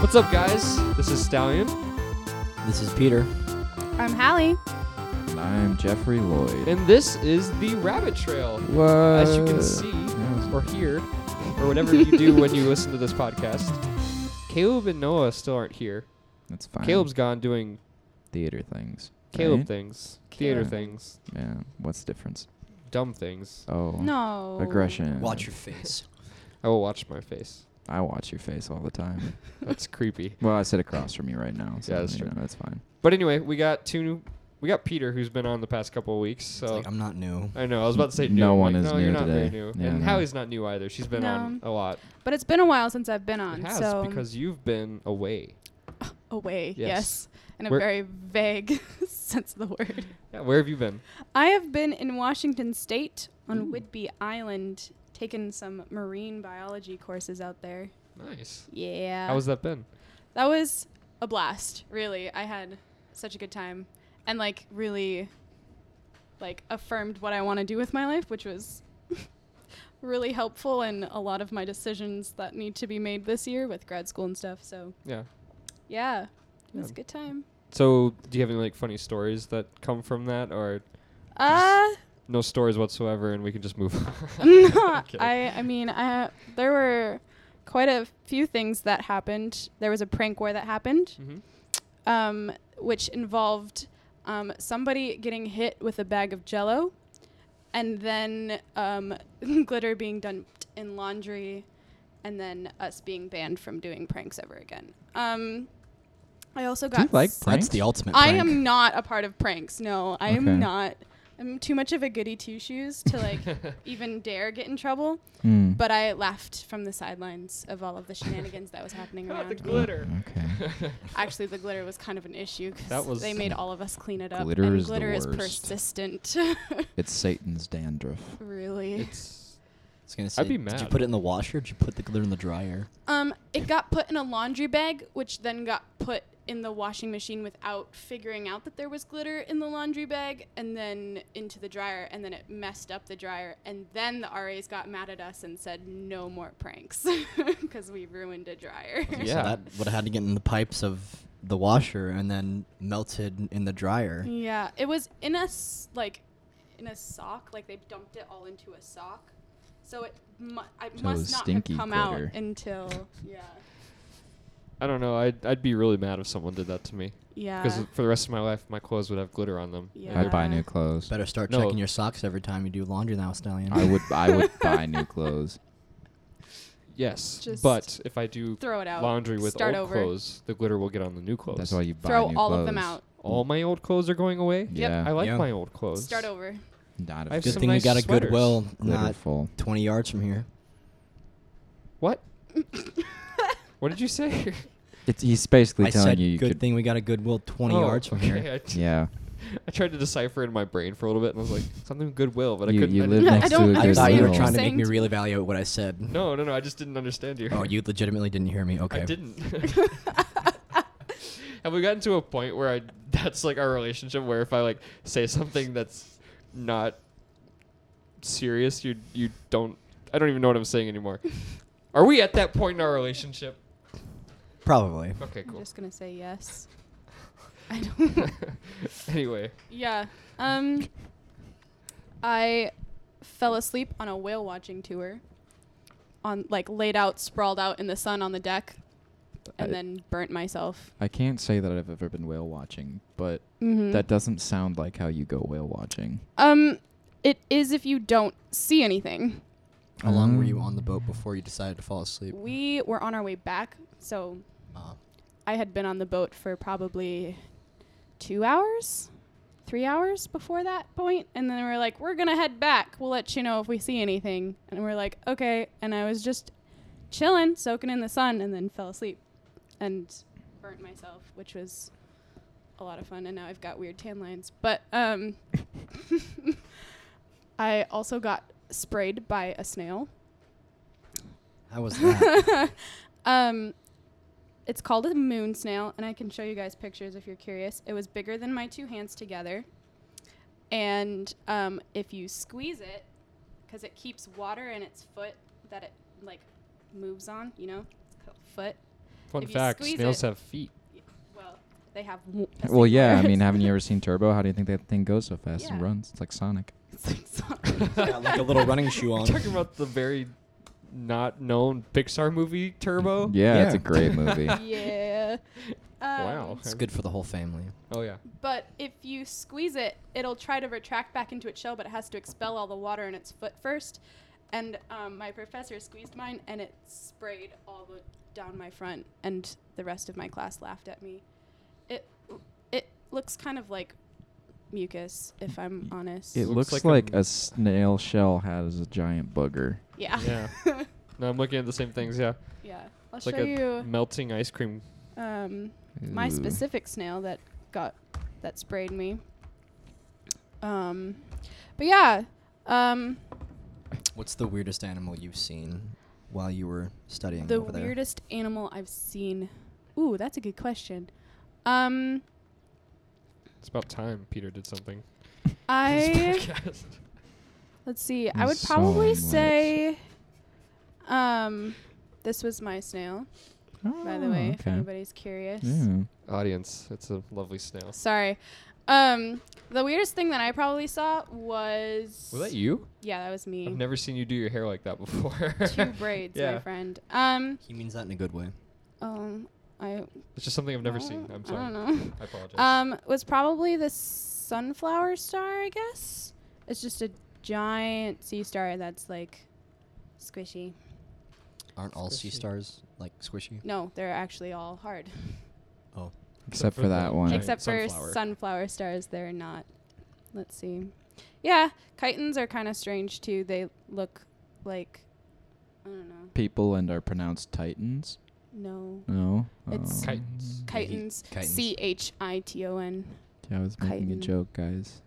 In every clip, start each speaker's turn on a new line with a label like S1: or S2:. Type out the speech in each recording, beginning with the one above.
S1: What's up, guys? This is Stallion,
S2: This is Peter.
S3: I'm Hallie.
S4: I'm Jeffrey Lloyd.
S1: and this is the Rabbit Trail.
S4: What?
S1: As you
S4: Uh.
S1: can see, or hear, or whatever you do when you listen to this podcast, Caleb and Noah still aren't here.
S4: that's fine.
S1: Caleb's gone doing
S4: theater things.
S1: Caleb
S4: right?
S1: things, theater
S4: Caleb.
S1: things,
S4: Yeah. What's the difference?
S1: dumb things.
S4: Oh.
S3: No.
S4: Aggression.
S2: Watch your face.
S1: I will watch my face.
S4: I watch your face all the time.
S1: That's creepy.
S4: well, I sit across from you right now, so
S1: Yeah, that's
S4: you
S1: true.
S4: know, that's fine.
S1: But anyway, we got two. New, we got Peter, who's been on the past couple of weeks.
S2: It's
S1: So uh,
S2: like, I'm not new.
S1: I know I was about to say
S4: um, No
S1: new. I'm
S4: one
S1: like,
S4: is
S1: no,
S4: new
S1: you're not very
S4: today.
S1: new.
S4: Yeah,
S1: and
S4: no.
S1: Hallie's not new either. She's been
S3: No.
S1: on a lot.
S3: But it's been a while since I've been on.
S1: it has
S3: so um,
S1: because you've been away.
S3: away,
S1: Yes.
S3: yes. In a
S1: Where-
S3: very vague sense of the word.
S1: Yeah, where have you been?
S3: I have been in Washington State on Whidbey Island, taking some marine biology courses out there.
S1: Nice.
S3: Yeah.
S1: How was that been?
S3: that was a blast, really. I had such a good time and like really like affirmed what I want to do with my life, which was really helpful in a lot of my decisions that need to be made this year with grad school and stuff. So,
S1: Yeah.
S3: yeah. It was
S1: Yeah.
S3: a good time.
S1: So, do you have any like funny stories that come from that, or
S3: Uh
S1: no stories whatsoever, and we can just move? on?
S3: no,
S1: Okay.
S3: I I mean I there were quite a few things that happened. There was a prank war that happened,
S1: Mhm.
S3: um, which involved um, somebody getting hit with a bag of Jello, and then um, glitter being dumped in laundry, and then us being banned from doing pranks ever again. Um, I also got
S4: Do you like
S3: s-
S4: pranks?
S2: That's the ultimate.
S3: I
S2: prank.
S3: am not a part of pranks. No, I
S4: Okay.
S3: am not. I'm too much of a goody two shoes to like even dare get in trouble.
S4: Hmm.
S3: But I laughed from the sidelines of all of the shenanigans that was happening
S1: Not the
S3: around.
S1: glit- glitter.
S4: Okay.
S3: Actually, the glitter was kind of an issue
S1: That was-
S3: because they made all of us clean it up.
S4: Glitter
S3: and
S4: is the
S3: glitter is
S4: worst.
S3: persistent.
S4: it's Satan's dandruff.
S3: really.
S1: it's
S2: I was gonna say,
S1: I'd be
S2: Did you
S1: mad.
S2: put it in the washer? Or did you put the glitter in the dryer?
S3: Um, it got put in a laundry bag, which then got put in the washing machine without figuring out that there was glitter in the laundry bag, and then into the dryer, and then it messed up the dryer, and then the RAs got mad at us and said no more pranks because we ruined a dryer.
S1: Okay.
S2: So
S1: Yeah.
S2: that would have had to get in the pipes of the washer and then melted in the dryer.
S3: Yeah, it was in a s- like in a sock. Like they dumped it all into a sock, so it mu- I
S4: it was
S3: must not have
S4: stinky
S3: come
S4: glitter.
S3: out until yeah.
S1: I don't know. I'd I'd be really mad if someone did that to me because
S3: Yeah.
S1: for the rest of my life, my clothes would have glitter on them.
S3: Yeah.
S4: I'd buy new clothes.
S2: Better start
S1: No.
S2: checking your socks every time you do laundry now, Stallion.
S4: I would I would buy new clothes.
S1: Yes,
S3: Just
S1: but if I do
S3: Throw it out.
S1: laundry with
S3: Start
S1: old
S3: over.
S1: clothes, the glitter will get on the new clothes.
S4: That's why you buy
S3: Throw
S4: new
S3: all of them
S4: clothes.
S3: out.
S1: all my old clothes are going away.
S3: Yep.
S4: Yeah.
S1: I like
S2: Yeah.
S1: my old clothes.
S3: Start over.
S4: Not
S1: I
S4: a
S1: have
S2: Good
S1: some
S2: thing
S1: nice
S2: we got a
S1: sweaters.
S2: Goodwill
S4: glitter
S2: not
S4: full.
S2: 20 yards from here.
S1: What? what did you say?
S4: It's, he's basically
S2: I
S4: telling
S2: said
S4: you you
S2: good
S4: could.
S2: thing we got a Goodwill 20
S1: Oh,
S2: yards from
S1: okay,
S2: here.
S1: I t-
S4: Yeah.
S1: I tried to decipher in my brain for a little bit, and I was like, something with Goodwill, but I
S4: You-
S1: couldn't.
S4: you
S1: I
S4: live
S1: didn't-
S3: I
S4: next
S3: don't
S4: to a
S2: I
S3: You're
S2: thought
S3: saying
S2: you were
S3: what
S2: trying
S3: you're
S2: to make me
S3: saying.
S2: reevaluate what I said.
S1: No, no, no. I just didn't understand you.
S2: Oh, you legitimately didn't hear me. Okay.
S1: I didn't. Have we gotten to a point where I that's like our relationship where if I like say something that's not serious, you you don't I don't even know what I'm saying anymore. Are we at that point in our relationship?
S2: Probably.
S1: Okay,
S3: I'm
S1: cool.
S3: just gonna say yes. I don't.
S1: anyway,
S3: yeah. Um. I fell asleep on a whale watching tour. On like laid out, sprawled out in the sun on the deck, and
S4: I-
S3: then burnt myself.
S4: I can't say that I've ever been whale watching, but
S3: Mm-hmm.
S4: that doesn't sound like how you go whale watching.
S3: Um, it is if you don't see anything.
S2: How long were
S4: Um,
S2: you on the boat before you decided to fall asleep?
S3: We were on our way back, so
S2: Uh,
S3: I had been on the boat for probably two hours, three hours before that point, and then we are like, "We're gonna head back. We'll let you know if we see anything." And we're like, "Okay." And I was just chilling, soaking in the sun, and then fell asleep and burnt myself, which was a lot of fun. And now I've got weird tan lines, but um, I also got sprayed by a snail.
S2: how was that?
S3: Um, it's called a moon snail, and I can show you guys pictures if you're curious. It was bigger than my two hands together, and um, if you squeeze it, because it keeps water in its foot that it like moves on, you know, it's called foot.
S1: Fun
S3: If you
S1: fact:
S3: squeeze
S1: snails
S3: it-
S1: have feet.
S3: Well, they have. w- a
S4: Well,
S3: single
S4: yeah. I mean,
S3: arm.
S4: haven't you ever seen Turbo? How do you think that thing goes so fast and
S3: Yeah.
S4: runs? It's like Sonic.
S3: It's like sorry.
S2: Got like a little running shoe on.
S1: Talking about the very not known Pixar movie Turbo.
S4: Yeah, it's a
S2: Yeah.
S4: great movie.
S3: yeah. Um,
S1: Wow.
S2: It's good for the whole family.
S1: Oh yeah.
S3: But if you squeeze it, it'll try to retract back into its shell, but it has to expel all the water in its foot first. And um, my professor squeezed mine, and it sprayed all the down my front, and the rest of my class laughed at me. It it looks kind of like mucus, if I'm honest.
S4: It
S1: Looks like
S4: looks,
S1: a
S4: like,
S1: m-
S4: a snail shell has a giant booger.
S3: yeah.
S1: Yeah. No, I'm looking at the same things. Yeah.
S3: yeah. I'll
S1: It's
S3: show
S1: like a
S3: you
S1: melting ice cream.
S3: um, my
S4: Ooh.
S3: specific snail that got that sprayed me. Um, but yeah. Um,
S2: What's the weirdest animal you've seen while you were studying
S3: The
S2: over there?
S3: weirdest animal I've seen. Ooh, that's a good question. Um,
S1: It's about time Peter did something.
S3: I
S1: This podcast.
S3: let's see. I
S4: There's
S3: would
S4: so
S3: probably
S4: much.
S3: say, um, this was my snail. by the
S4: Oh,
S3: way, if
S4: okay.
S3: anybody's curious.
S4: Yeah.
S1: Audience, it's a lovely snail.
S3: Sorry. Um, the weirdest thing that I probably saw was.
S1: Was that you?
S3: Yeah, that was me.
S1: I've never seen you do your hair like that before.
S3: Two braids,
S1: Yeah.
S3: my friend. Um,
S2: He means that in a good way.
S3: um, I.
S1: It's just something I've never
S3: I
S1: seen.
S3: don't-
S1: I'm
S3: I
S1: sorry.
S3: don't know.
S1: I apologize.
S3: Um, was probably the sunflower star, I guess. It's just a giant sea star that's like squishy.
S2: Aren't all sea
S1: Squishy.
S2: stars like squishy?
S3: No, they're actually all hard.
S2: Oh,
S4: Except for that one.
S1: Right,
S3: Except for
S1: sunflower.
S3: sunflower stars, they're not. Let's see. Yeah, chitons are kind of strange too. They look like I don't know.
S4: People and are pronounced titans.
S3: No.
S4: No.
S3: It's-
S4: Oh.
S1: Chitons.
S2: he-
S3: Chitons.
S2: chitons.
S3: C H I T O N.
S4: Yeah, I was making a
S3: chitin.
S4: joke, guys.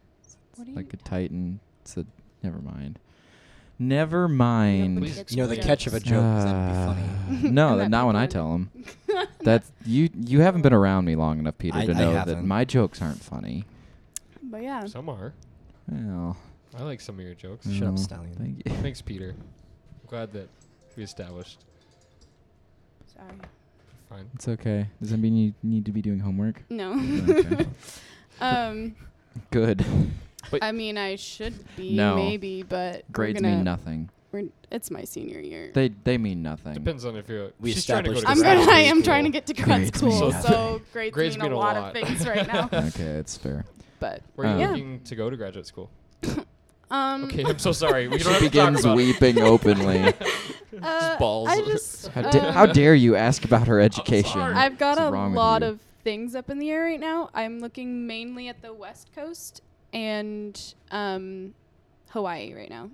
S3: What do you
S4: Like a titan. It's a. Never mind. Never mind.
S1: please
S2: you know the
S1: Yeah.
S2: catch of a joke is that'd be funny.
S4: Uh, no,
S3: And
S4: that
S3: that
S4: not when I
S3: people
S4: tell them. That's you. You haven't been around me long enough, Peter,
S2: I-
S4: to
S2: I
S4: know that
S2: haven't.
S4: my jokes aren't funny.
S3: But yeah.
S1: Some are.
S4: Well,
S1: I like some of your jokes.
S2: Shut up,
S4: no,
S2: Stallion.
S4: Thank you.
S1: Thanks, Peter. I'm glad that we established.
S3: Sorry.
S1: Fine.
S4: It's okay. Does that mean you need to be doing homework?
S3: No.
S4: Okay.
S3: um
S4: Good.
S1: But-
S3: I mean, I should be
S4: No.
S3: maybe, but we're
S4: Grades
S3: gonna-
S4: mean nothing.
S3: We're, it's my senior year.
S4: They they mean nothing.
S1: Depends on if you're.
S2: We
S1: she's trying to go to
S2: established
S3: I'm
S1: grad
S3: gonna, I am
S1: school.
S3: trying to get to grad
S2: Grades
S1: mean
S3: school,
S1: nothing.
S3: so grades,
S1: Grades
S3: mean, a lot, of things right now.
S4: okay, it's fair.
S3: But
S1: Where are you
S3: Yeah.
S1: looking to go to graduate school?
S3: um,
S1: Okay, I'm so sorry. We don't
S4: She
S1: have to talk
S4: begins
S1: about it.
S4: weeping openly.
S3: uh,
S1: balls.
S3: I just
S4: How, da- how
S2: Uh,
S3: um,
S4: dare you ask about her education?
S1: sorry.
S3: I've got
S4: What's
S3: a
S4: wrong with
S3: lot
S4: you?
S3: of things up in the air right now. I'm looking mainly at the West Coast and um, Hawaii right now.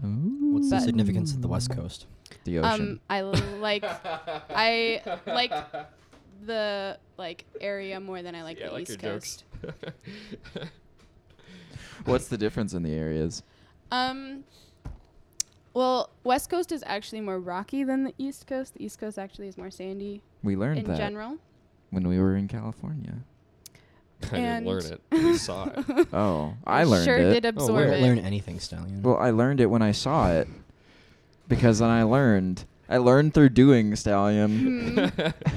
S2: What's the
S3: But-
S2: significance of the
S4: Mm.
S2: West Coast?
S4: the
S3: Um,
S4: ocean?
S3: I like I like the like area more than I like
S1: Yeah,
S3: the
S1: like
S3: East
S1: your
S3: Coast.
S1: jokes.
S4: What's the difference in the areas?
S3: Um. Well, West Coast is actually more rocky than the East Coast. The East Coast actually is more sandy
S4: We learned
S3: in
S4: that
S3: general.
S4: when we were in California.
S1: I didn't
S3: And-
S1: learn it. I saw it.
S4: Oh, I learned
S3: sure
S4: it.
S3: did
S2: We
S3: absorb
S1: where?
S2: don't
S3: it.
S2: learn anything, Stallion.
S4: Well, I learned it when I saw it because then I learned. I learned through doing Stallion.
S3: Mm.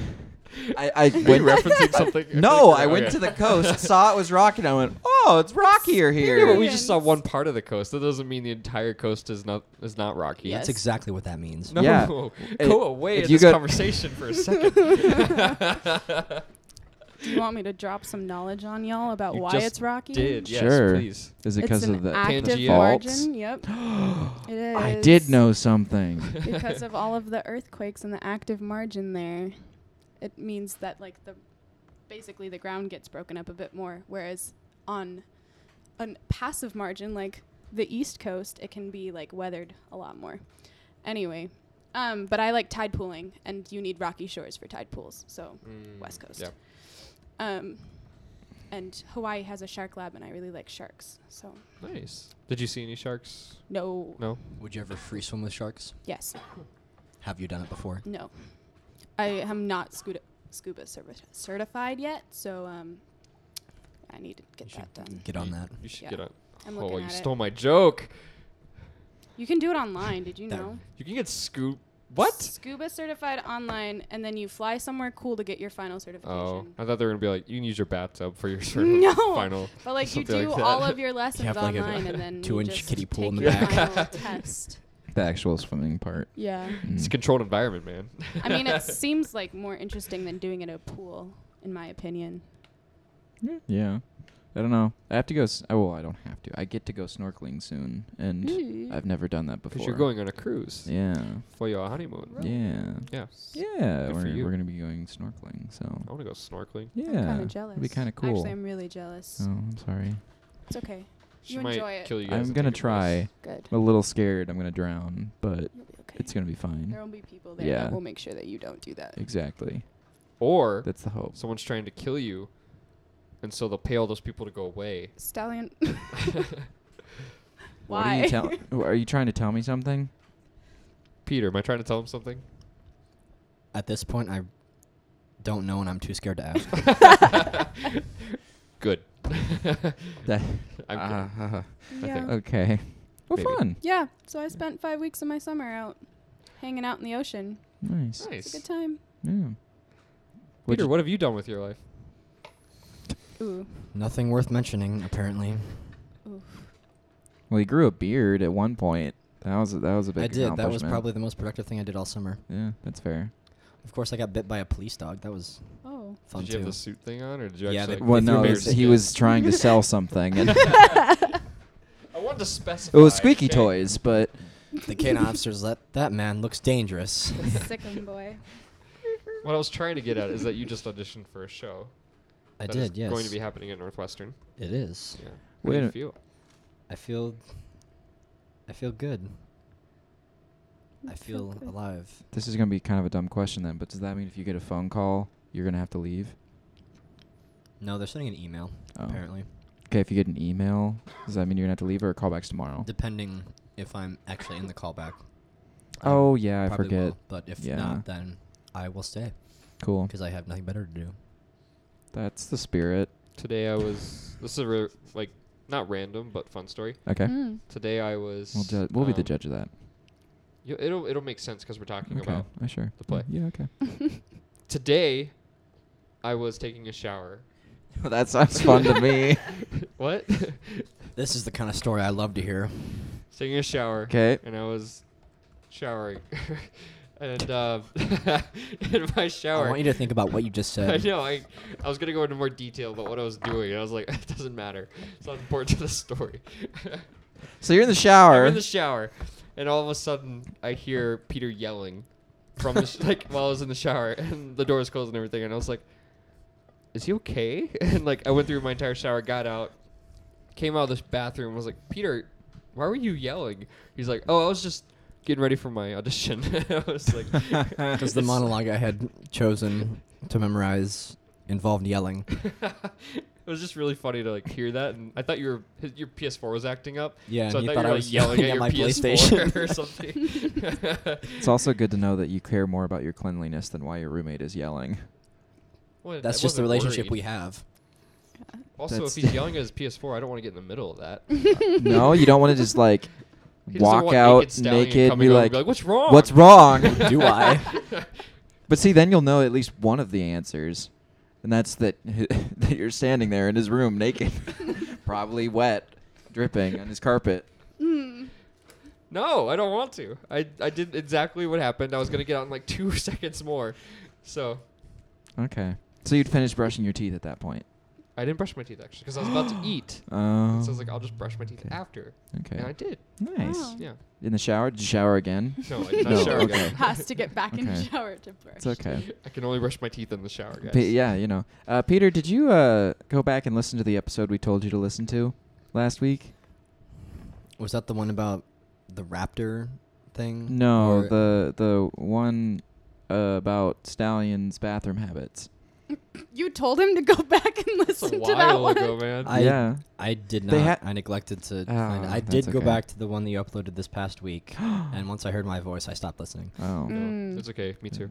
S4: I, I
S1: Hmm. Are you
S4: went
S1: referencing something?
S4: No,
S1: Okay.
S4: I went to the coast, saw it was rocky, and I went, "Oh, it's rockier
S1: Yeah, but
S4: here."
S1: we just saw
S3: Experience.
S1: one part of the coast. That doesn't mean the entire coast is not is not rocky.
S3: Yeah.
S2: That's
S3: yes.
S2: exactly what that means.
S1: No,
S4: Yeah.
S1: go
S4: It-
S1: away
S4: if
S1: in
S4: you
S1: this
S4: go-
S1: conversation for a second.
S3: Do you want me to drop some knowledge on y'all about
S1: You
S3: why
S1: just
S3: it's rocky?
S1: Did yes,
S4: Sure.
S1: please.
S4: Is it
S3: It's
S4: because
S3: an
S4: of the
S3: active
S1: Pangea?
S4: faults?
S3: margin. Yep. it is.
S4: I did know something.
S3: because of all of the earthquakes and the active margin there. It means that like the basically the ground gets broken up a bit more, whereas on an passive margin like the east coast, it can be like weathered a lot more. Anyway, um, but I like tide pooling, and you need rocky shores for tide pools, so West Coast.
S1: Mm, Yeah.
S3: Um, and Hawaii has a shark lab, and I really like sharks, so
S1: Nice. Did you see any sharks?
S3: no,
S1: No.
S2: Would you ever free swim with sharks?
S3: yes,
S2: Have you done it before?
S3: No, I am not scuba scuba certi- certified yet, so um, I need to get
S2: You
S3: that
S2: should
S3: done.
S2: Get on
S1: You-
S2: that.
S1: You should
S3: Yeah.
S1: get on.
S3: I'm
S1: oh,
S3: looking
S1: you
S3: at it.
S1: stole my joke.
S3: You can do it online. Did you
S2: That-
S3: know?
S1: You can get scoop What?
S3: Scuba certified online, and then you fly somewhere cool to get your final
S1: Oh,
S3: certification.
S1: I thought they were gonna be like, you can use your bathtub for your sort of
S3: No,
S1: final.
S3: but like you
S1: something
S3: do
S1: like that.
S3: all of your lessons
S2: have, like, a
S3: online, and then you
S2: two-inch
S3: just
S2: kiddie pool in
S3: take
S2: the
S3: your
S1: back.
S3: final test.
S4: The actual swimming part.
S3: Yeah,
S1: It's a
S4: Mm.
S1: controlled environment, man.
S3: I mean it seems like more interesting than doing it at a pool, in my opinion.
S4: Yeah. I don't know. I have to go. S- oh, well, I don't have to. I get to go snorkeling soon, and Mm. I've never done that before.
S1: Because Mm-hmm. you're going on a cruise
S4: Yeah.
S1: for your honeymoon.
S3: Right.
S4: Yeah.
S1: Yeah.
S4: Yeah.
S1: Good for
S4: we're
S1: you. Oh,
S4: we're gonna be going snorkeling. So.
S1: I want to go snorkeling.
S4: Yeah.
S3: I'm kind of jealous.
S4: It'd be kind of cool.
S3: Actually, I'm really jealous.
S4: oh, I'm sorry.
S3: It's okay.
S1: She
S3: You
S1: might
S3: enjoy it.
S1: kill you guys.
S4: I'm
S1: and
S4: gonna
S1: take your place.
S4: try.
S3: Good.
S4: I'm a little scared. I'm gonna drown, but
S3: You'll be okay.
S4: it's gonna be
S3: there
S4: fine.
S3: will be people there
S4: Yeah.
S3: that will make sure that you don't do that.
S4: Exactly.
S1: Or
S4: That's the hope.
S1: someone's trying to kill you, and so they'll pay all those people to go away.
S3: Stallion.
S4: What are
S3: Why?
S4: you, tell- wh- are you trying to tell me something?
S1: Peter, am I trying to tell him something?
S2: At this point, I don't know, and I'm too scared to ask.
S1: Good.
S4: That-
S1: I'm kidding.
S4: Ah,
S1: Yeah.
S4: okay. Well,
S1: Maybe.
S4: fun.
S3: Yeah, so I spent five weeks of my summer out hanging out in the ocean.
S4: Nice.
S3: It's
S1: nice.
S3: a good time.
S4: Yeah. What'd
S1: Peter,
S4: you-
S1: what have you done with your life?
S3: Ooh,
S2: Nothing worth mentioning, apparently.
S3: oof.
S4: Well, he grew a beard at one point. That was a, that was a big.
S2: I did. That was
S4: accomplishment.
S2: probably the most productive thing I did all summer.
S4: Yeah, that's fair.
S2: Of course, I got bit by a police dog. That was
S3: Oh.
S2: fun
S1: did you have
S2: too.
S1: the suit thing on, or did you
S2: Yeah,
S1: actually?
S2: they-
S1: like,
S4: Well,
S2: threw
S4: no,
S2: bear
S4: it's- he
S2: skin.
S4: was trying to sell something, and it
S1: I wanted to specify.
S4: was squeaky
S1: okay?
S4: toys, but
S2: the canine officers let that man looks dangerous.
S3: Sick'em boy.
S1: What I was trying to get at is that you just auditioned for a show.
S2: I
S1: that is
S2: did. Yes.
S1: Going to be happening at Northwestern.
S2: It is.
S1: Yeah.
S4: Wait
S1: How do
S4: a-
S1: you feel?
S2: I feel. I feel good. I
S3: You feel
S2: feel
S3: good.
S2: alive.
S4: this is gonna be kind of a dumb question then. But does that mean if you get a phone call, you're gonna have to leave?
S2: No, they're sending an email
S4: Oh.
S2: apparently.
S4: Okay, if you get an email, does that mean you're gonna have to leave or callbacks tomorrow?
S2: Depending if I'm actually in the callback. I
S4: oh yeah, I
S2: probably
S4: forget.
S2: will, but if
S4: Yeah.
S2: not, then I will stay
S4: Cool.
S2: because I have nothing better to do.
S4: That's the spirit.
S1: Today I was. This is a re- like not random, but fun story.
S4: Okay.
S3: Mm.
S1: Today I was.
S4: We'll, ju- we'll be the
S1: um,
S4: judge of that.
S1: you- it'll it'll make sense because we're talking
S4: Okay.
S1: about
S4: uh, sure.
S1: the play.
S4: Yeah. Okay.
S1: today. I was taking a shower.
S4: that sounds fun to me.
S1: What?
S2: This is the kind of story I love to hear.
S1: taking a shower.
S4: Okay.
S1: And I was showering, and uh, in my shower.
S2: I want you to think about what you just
S1: I
S2: said.
S1: know. I, I was gonna go into more detail about what I was doing. And I was like, it doesn't matter. It's not important to the story.
S4: So you're in
S1: I'm
S4: the shower.
S1: in the shower, and all of a sudden I hear Peter yelling from the sh- like while I was in the shower, and the door was closed and everything, and I was like, "Is he okay?" And like I went through my entire shower, got out, came out of the bathroom, and was like, "Peter, why were you yelling?" He's like, "Oh, I was just." Getting ready for my audition. I was like,
S2: Because the
S1: It's-
S2: monologue I had chosen to memorize involved yelling.
S1: It was just really funny to like hear that, and I thought your his- your PS4 was acting up.
S2: Yeah,
S1: so
S2: and
S1: I thought,
S2: you thought
S1: you
S2: I
S1: were
S2: was
S1: like, yelling at your
S2: yelling at my
S1: PS4 or something.
S4: it's also good to know that you care more about your cleanliness than why your roommate is yelling.
S1: Well,
S2: That's
S1: I
S2: just the
S1: wasn't
S2: relationship we
S1: worried.
S2: have.
S1: Also,
S4: That's-
S1: if he's yelling at his PS4, I don't want to get in the middle of that. He
S4: no, you don't want to just like
S1: doesn't
S4: walk
S1: want
S4: out
S1: Stallion
S4: naked and
S1: coming
S4: be
S1: over
S4: like,
S1: "What's wrong?
S4: "What's wrong?"
S2: Do I?
S4: But see, then you'll know at least one of the answers, and that's that that you're standing there in his room naked, probably wet, dripping on his carpet.
S3: Mm.
S1: No, I don't want to. I I did exactly what happened. I was gonna get out in like two seconds more, so
S4: Okay. So you'd finish brushing your teeth at that point.
S1: I didn't brush my teeth actually because I was about to eat.
S4: Oh.
S1: so I was like, I'll just brush my teeth
S4: okay.
S1: after, and I
S4: Okay.
S1: did.
S4: Nice.
S3: Wow.
S1: Yeah.
S4: In the shower? Did you shower again?
S1: No, I did not
S4: No,
S1: shower
S4: okay.
S1: again.
S3: Has to get back in the
S4: Okay.
S3: shower to brush.
S4: It's okay.
S1: I can only brush my teeth in the shower, guys.
S4: Pe- yeah, you know. Uh, Peter, did you uh, go back and listen to the episode we told you to listen to last week?
S2: Was that the one about the raptor thing?
S4: No,
S2: Mm-hmm. Or-
S4: the the one uh, about Stallion's bathroom habits.
S3: You told him to go back and
S1: That's a
S3: listen to that
S1: while
S3: one.
S1: ago, man.
S2: I-
S4: yeah.
S2: I did not.
S4: They ha-
S2: I neglected to.
S4: Oh,
S2: find it. I
S4: that's
S2: did go
S4: okay.
S2: back to the one that you uploaded this past week, and once I heard my voice, I stopped listening.
S4: Oh.
S1: No,
S3: Mm.
S1: it's okay. Me too.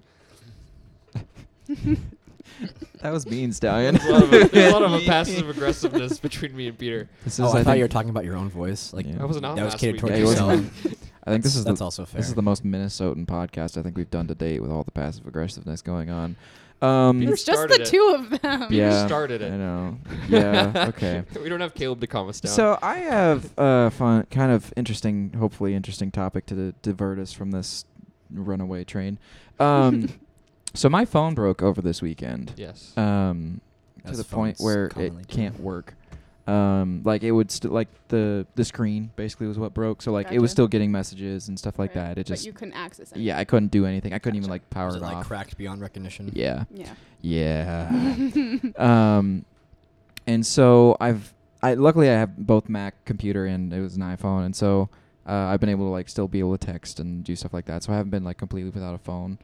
S4: That was mean, Stallion.
S1: There's a lot of, there's a lot of passive aggressiveness between me and Peter.
S4: This
S2: oh, I, thought
S4: think-
S2: you were talking about your own voice. Like
S4: Yeah.
S1: I wasn't on
S2: that was
S1: last week.
S2: catered towards
S4: Yeah, he wasn't
S2: yourself.
S4: I think this is
S2: That's
S4: the,
S2: also
S4: This is
S2: fair.
S4: the most Minnesotan podcast I think we've done to date with all the passive aggressiveness going on. Um,
S1: Peter
S3: It's just
S1: started
S3: the
S1: it.
S3: two of them.
S1: Peter
S4: yeah,
S1: started it.
S4: I know. Yeah. Okay.
S1: we don't have Caleb to calm us down.
S4: So I have a fun, kind of interesting, hopefully interesting topic to d- divert us from this runaway train. Um, so my phone broke over this weekend.
S1: yes.
S4: Um, to
S2: As
S4: the point
S2: phones
S4: where
S2: commonly
S4: it
S2: do.
S4: can't work. Um, like it would st- like the the screen basically was what broke. So like it was
S3: Gotcha.
S4: still getting messages and stuff like
S3: Right.
S4: that. It
S3: but
S4: just
S3: you couldn't access it.
S4: yeah, I couldn't do anything. I couldn't even
S3: Gotcha.
S4: like power
S2: Was
S4: it,
S2: it like
S4: off.
S2: cracked beyond recognition?
S4: yeah,
S3: Yeah. Mm-hmm.
S4: yeah. um, and so I've I luckily I have both Mac computer and it was an iPhone, and so uh, I've been able to like still be able to text and do stuff like that. So I haven't been like completely without a phone,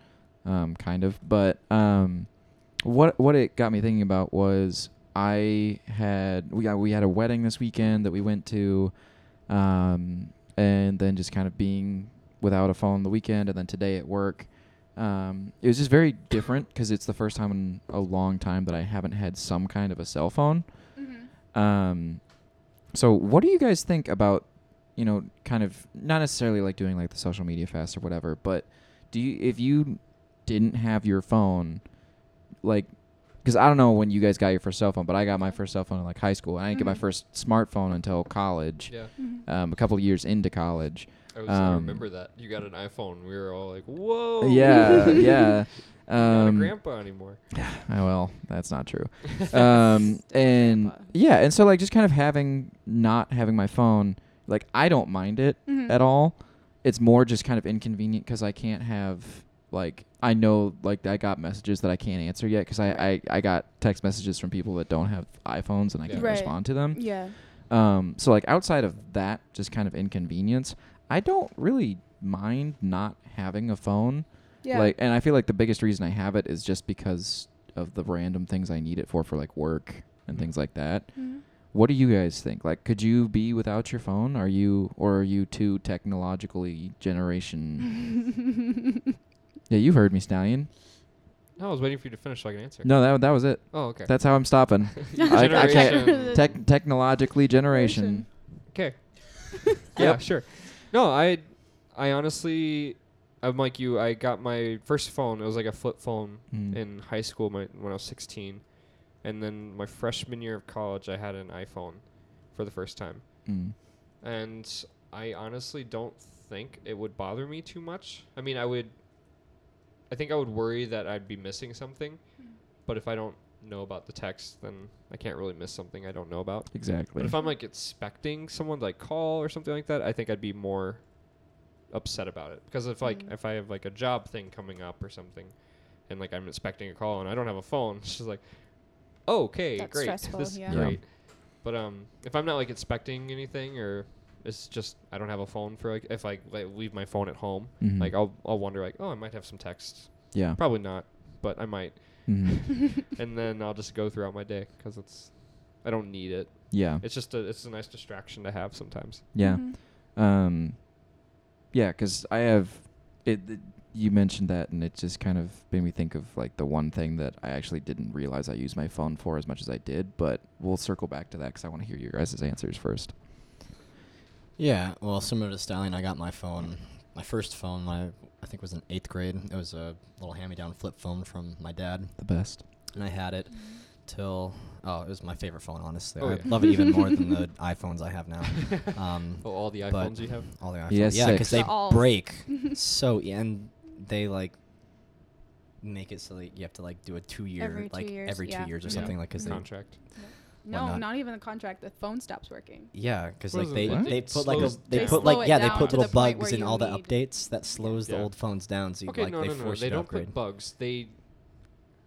S4: um, kind of. But um, what what it got me thinking about was I had we got we had a wedding this weekend that we went to, um, and then just kind of being without a phone the weekend, and then today at work. Um, it was just very different because it's the first time in a long time that I haven't had some kind of a cell phone.
S3: Mhm.
S4: Um, so what do you guys think about, you know, kind of not necessarily like doing like the social media fast or whatever, but do you if you didn't have your phone, like, because I don't know when you guys got your first cell phone, but I got my first cell phone in like high school, and I didn't get my
S3: Mhm.
S4: first smartphone until college,
S1: Mm-hmm. yeah.
S3: Mhm.
S4: um, a couple of years into college.
S1: I, was, I
S4: um,
S1: remember that. You got an iPhone. We were all like, whoa.
S4: Yeah, yeah.
S1: not Oh. a
S4: Um,
S1: grandpa anymore.
S4: Oh, well, that's not true. Um, and
S3: Grandpa.
S4: yeah, and so like just kind of having not having my phone, like I don't mind it
S3: Mhm.
S4: Mm-hmm. at all. It's more just kind of inconvenient because I can't have like I know like I got messages that I can't answer yet because I, I I got text messages from people that don't have iPhones and I can't
S1: Yeah.
S3: Right.
S4: respond to them.
S3: Yeah.
S4: Um, so like outside of that, just kind of inconvenience, I don't really mind not having a phone.
S3: Yeah.
S4: Like, and I feel like the biggest reason I have it is just because of the random things I need it for, for like work and
S1: Mhm.
S4: things like that.
S3: Mhm.
S4: What do you guys think? Like, could you be without your phone? Are you, or are you too technologically generation?
S3: Mm-hmm.
S4: yeah, you heard me, Stallion.
S1: No, I was waiting for you to finish so I can answer.
S4: No, that that was it.
S1: Oh, okay.
S4: That's how I'm stopping. I- I can't-
S1: Generation.
S4: Tech technologically generation.
S1: Okay. yeah, sure. No, I I honestly I'm like you, I got my first phone, it was like a flip phone
S4: Mm.
S1: in high school my, when I was sixteen. And then my freshman year of college I had an iPhone for the first time.
S4: Mm.
S1: And I honestly don't think it would bother me too much. I mean I would I think I would worry that I'd be missing something. But if I don't know about the text then I can't really miss something I don't know about.
S4: Exactly.
S1: But if I'm like expecting someone to like call or something like that, I think I'd be more upset about it because if like
S3: Mm.
S1: if I have like a job thing coming up or something, and like I'm expecting a call and I don't have a phone, it's just like, oh, okay,
S3: That's
S1: great,
S3: stressful,
S1: this is
S3: yeah.
S4: Yeah.
S1: great. But um, if I'm not like expecting anything or it's just I don't have a phone for like if I like, leave my phone at home,
S4: Mhm.
S1: like I'll I'll wonder like oh I might have some text,
S4: yeah.
S1: probably not, but I might,
S4: Mhm.
S1: and then I'll just go throughout my day because it's I don't need it.
S4: Yeah.
S1: It's just a it's a nice distraction to have sometimes.
S4: Yeah.
S3: Mhm.
S4: Um, yeah, because I have it, it- You mentioned that, and it just kind of made me think of like the one thing that I actually didn't realize I used my phone for as much as I did. But we'll circle back to that because I want to hear your guys' answers first.
S2: Yeah, well, similar to Stallion, I got my phone, my first phone, my, I think was in eighth grade. It was a little hand-me-down flip phone from my dad,
S4: The best.
S2: and I had it till oh, it was my favorite phone. Honestly,
S1: Oh,
S2: I
S1: yeah.
S2: love it even more than the iPhones I have now. Um,
S1: Oh, all the
S2: But-
S1: iPhones you have.
S2: all the iPhones,
S4: Yes,
S2: yeah, because
S4: six.
S2: they
S3: The alls.
S2: break so, e- and they like make it so that you have to like do a two-year,
S3: Every two
S2: like
S3: years,
S2: every
S3: yeah. Mm-hmm.
S2: two years or
S3: Yeah.
S2: something, like because they.
S1: contract.
S3: No,
S2: not?
S3: not? even the contract. The phone stops working.
S2: Yeah, because
S1: What
S2: like
S1: is it,
S2: they,
S4: what?
S2: they
S1: It
S2: put like a,
S1: slows-
S2: they
S1: They
S2: put
S1: slow
S2: like
S1: it
S2: yeah they
S1: down
S2: put
S1: to
S2: little
S1: the
S3: point
S2: bugs
S3: where
S2: in
S3: you
S2: all the
S3: need-
S2: updates that slows the
S1: Yeah.
S2: old phones down. So you
S1: Okay,
S2: like
S1: no,
S2: they
S1: no, no.
S2: force
S1: They
S2: you to
S1: don't
S2: upgrade.
S1: put bugs. They.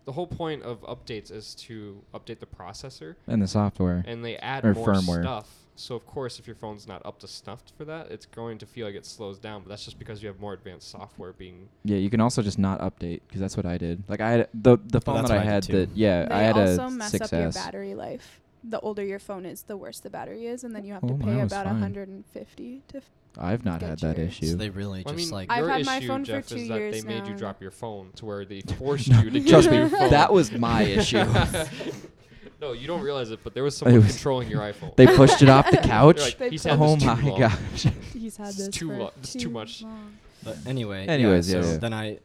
S1: The whole point of updates is to update the processor,
S4: And the software.
S1: and they add
S4: Or
S1: more
S4: firmware.
S1: stuff. So of course, if your phone's not up to snuff for that, it's going to feel like it slows down. But that's just because you have more advanced software being.
S4: yeah, you can also just not update because that's what I did. Like I had the the phone
S2: that's
S4: that I
S2: what I did
S4: had
S2: too.
S4: that yeah
S3: they
S4: I had
S3: also
S4: a
S3: mess up
S4: 6S.
S3: your battery life. The older your phone is, the worse the battery is, and then you have
S4: Oh,
S3: to
S4: mine
S3: pay
S4: was
S3: about
S4: fine.
S3: 150 to. F-
S4: I've not
S3: Get
S4: had that
S3: your-
S4: issue.
S2: So they really
S1: I
S2: just
S1: mean,
S2: like
S3: I've
S1: your
S3: had
S1: issue,
S3: my phone for
S1: Jeff,
S3: two
S1: is that
S3: years
S1: they made you
S3: now.
S1: drop your phone to where they forced you to
S4: Trust
S1: get
S4: me,
S1: your phone.
S4: that was my issue.
S1: no, you don't realize it, but there was someone
S4: was-
S1: controlling your iPhone.
S4: they pushed it off the couch.
S1: You're like,
S3: They
S1: He's
S3: put-
S1: had
S4: oh
S1: this too
S4: my
S1: long."
S4: gosh.
S3: He's had
S1: It's
S3: this
S1: too
S3: for
S1: lo- it's too much.
S3: long.
S2: But anyway,
S4: Anyways,
S2: yeah,
S4: yeah,
S2: so
S4: yeah.
S2: Then I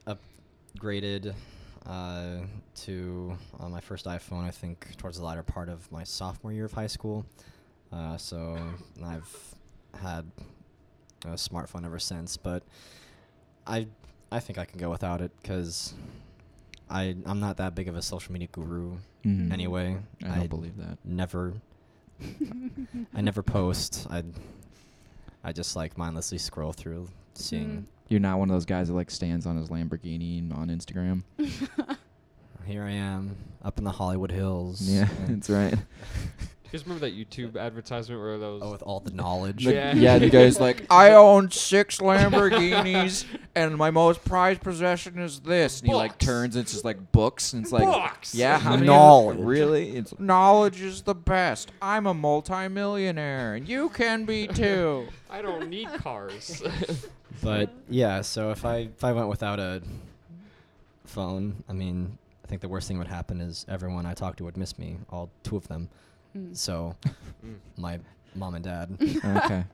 S2: upgraded uh, to uh, my first iPhone. I think towards the latter part of my sophomore year of high school. Uh, so I've had a smartphone ever since. But I I think I can go without it because I I'm not that big of a social media guru.
S4: Mhm.
S2: Anyway,
S4: I don't
S2: I-
S4: believe that.
S2: Never I never post. I I just like mindlessly scroll through seeing.
S3: Mm.
S4: You're not one of those guys that like stands on his Lamborghini and on Instagram.
S2: Here I am, up in the Hollywood Hills.
S4: Yeah, that's right.
S1: You guys remember that YouTube advertisement where those?
S2: Oh, with all the knowledge.
S1: The- Yeah.
S4: yeah, the guy's like, I own six Lamborghinis, and my most prized possession is this. And he like
S1: Books.
S4: turns, and it's just like books, and it's like,
S1: Books.
S4: yeah, how many-
S2: Knowledge.
S4: Really, it's knowledge is the best. I'm a multimillionaire, and you can be too.
S1: I don't need cars.
S2: But yeah, so if I if I went without a phone, I mean, I think the worst thing would happen is everyone I talked to would miss me, all two of them.
S3: Mm.
S2: So
S1: Mm.
S2: my mom and dad.
S4: okay,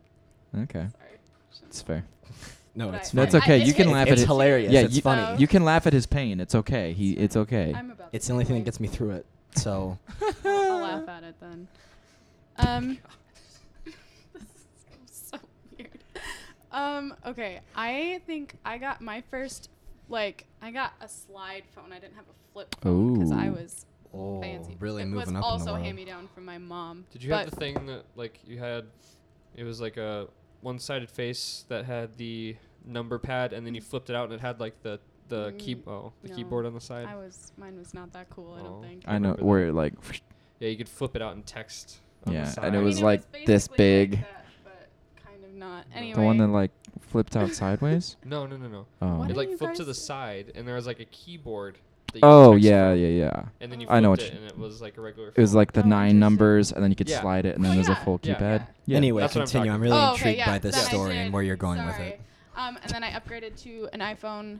S4: okay, it's fair.
S2: No,
S3: But
S2: it's
S3: I-
S2: fine.
S4: That's okay.
S3: I-
S4: You can
S3: it's-
S4: laugh at
S2: it's
S4: it.
S2: hilarious.
S4: yeah,
S2: it's
S4: you-
S2: funny.
S3: Oh.
S4: You can laugh at his pain. It's okay. He, it's okay.
S3: I'm about
S2: It's
S3: to
S2: the only thing that
S3: complain.
S2: gets me through it. So
S3: I'll laugh at it then. Um, this is so weird. Um, okay, I think I got my first, like, I got a slide phone. I didn't have a flip phone because I
S4: Ooh.
S3: was
S2: oh,
S3: fancy.
S2: really
S3: it
S2: moving
S3: was
S2: up in the
S3: also
S2: world.
S3: hand me down from my mom.
S1: Did you
S3: but
S1: have the thing that like you had? It was like a one-sided face that had the number pad, and then you flipped it out, and it had like the the key
S3: Mm,
S1: oh the
S3: no.
S1: keyboard on the side.
S3: I was mine was not that cool. I
S1: Oh.
S3: don't think.
S4: I know
S1: Remember
S4: where like,
S1: yeah, you could flip it out and text. On
S4: Yeah,
S1: the
S4: and
S1: side.
S4: it
S3: I
S4: was
S3: mean,
S4: like this
S3: basically
S4: big.
S3: Like that, but kind of not.
S1: The
S3: Anyway,
S4: the one that like flipped out sideways.
S1: no, no, no, no.
S4: Oh.
S3: What
S1: It
S3: do
S1: like
S3: you
S1: flipped to
S3: guys
S1: the
S3: do?
S1: side, and there was like a keyboard. That you could
S4: Oh
S1: text
S4: yeah,
S1: from,
S4: yeah, yeah.
S1: And then you
S4: I
S1: flipped
S4: know
S1: it,
S4: what
S1: and it was like a regular.
S4: It was like the
S3: Oh,
S4: nine
S3: interesting.
S4: numbers, and then you could
S1: Yeah.
S4: slide it, and then
S3: Oh,
S4: there's a
S3: yeah.
S4: full
S1: Yeah.
S4: keypad.
S3: Yeah.
S2: Anyway,
S1: That's what I'm
S2: continue.
S1: talking
S2: I'm, really
S3: Oh, okay,
S2: intrigued
S3: yeah,
S2: by this
S3: that I
S2: story and
S3: did.
S2: where you're going with
S3: Sorry.
S2: it.
S3: Um, and then I upgraded to an iPhone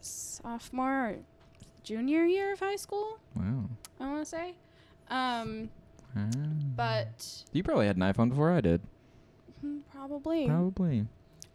S3: sophomore, or junior year of high school.
S4: Wow.
S3: I want to say, um,
S4: Ah.
S3: but
S4: you probably had an iPhone before I did.
S3: hmm, probably
S4: Probably.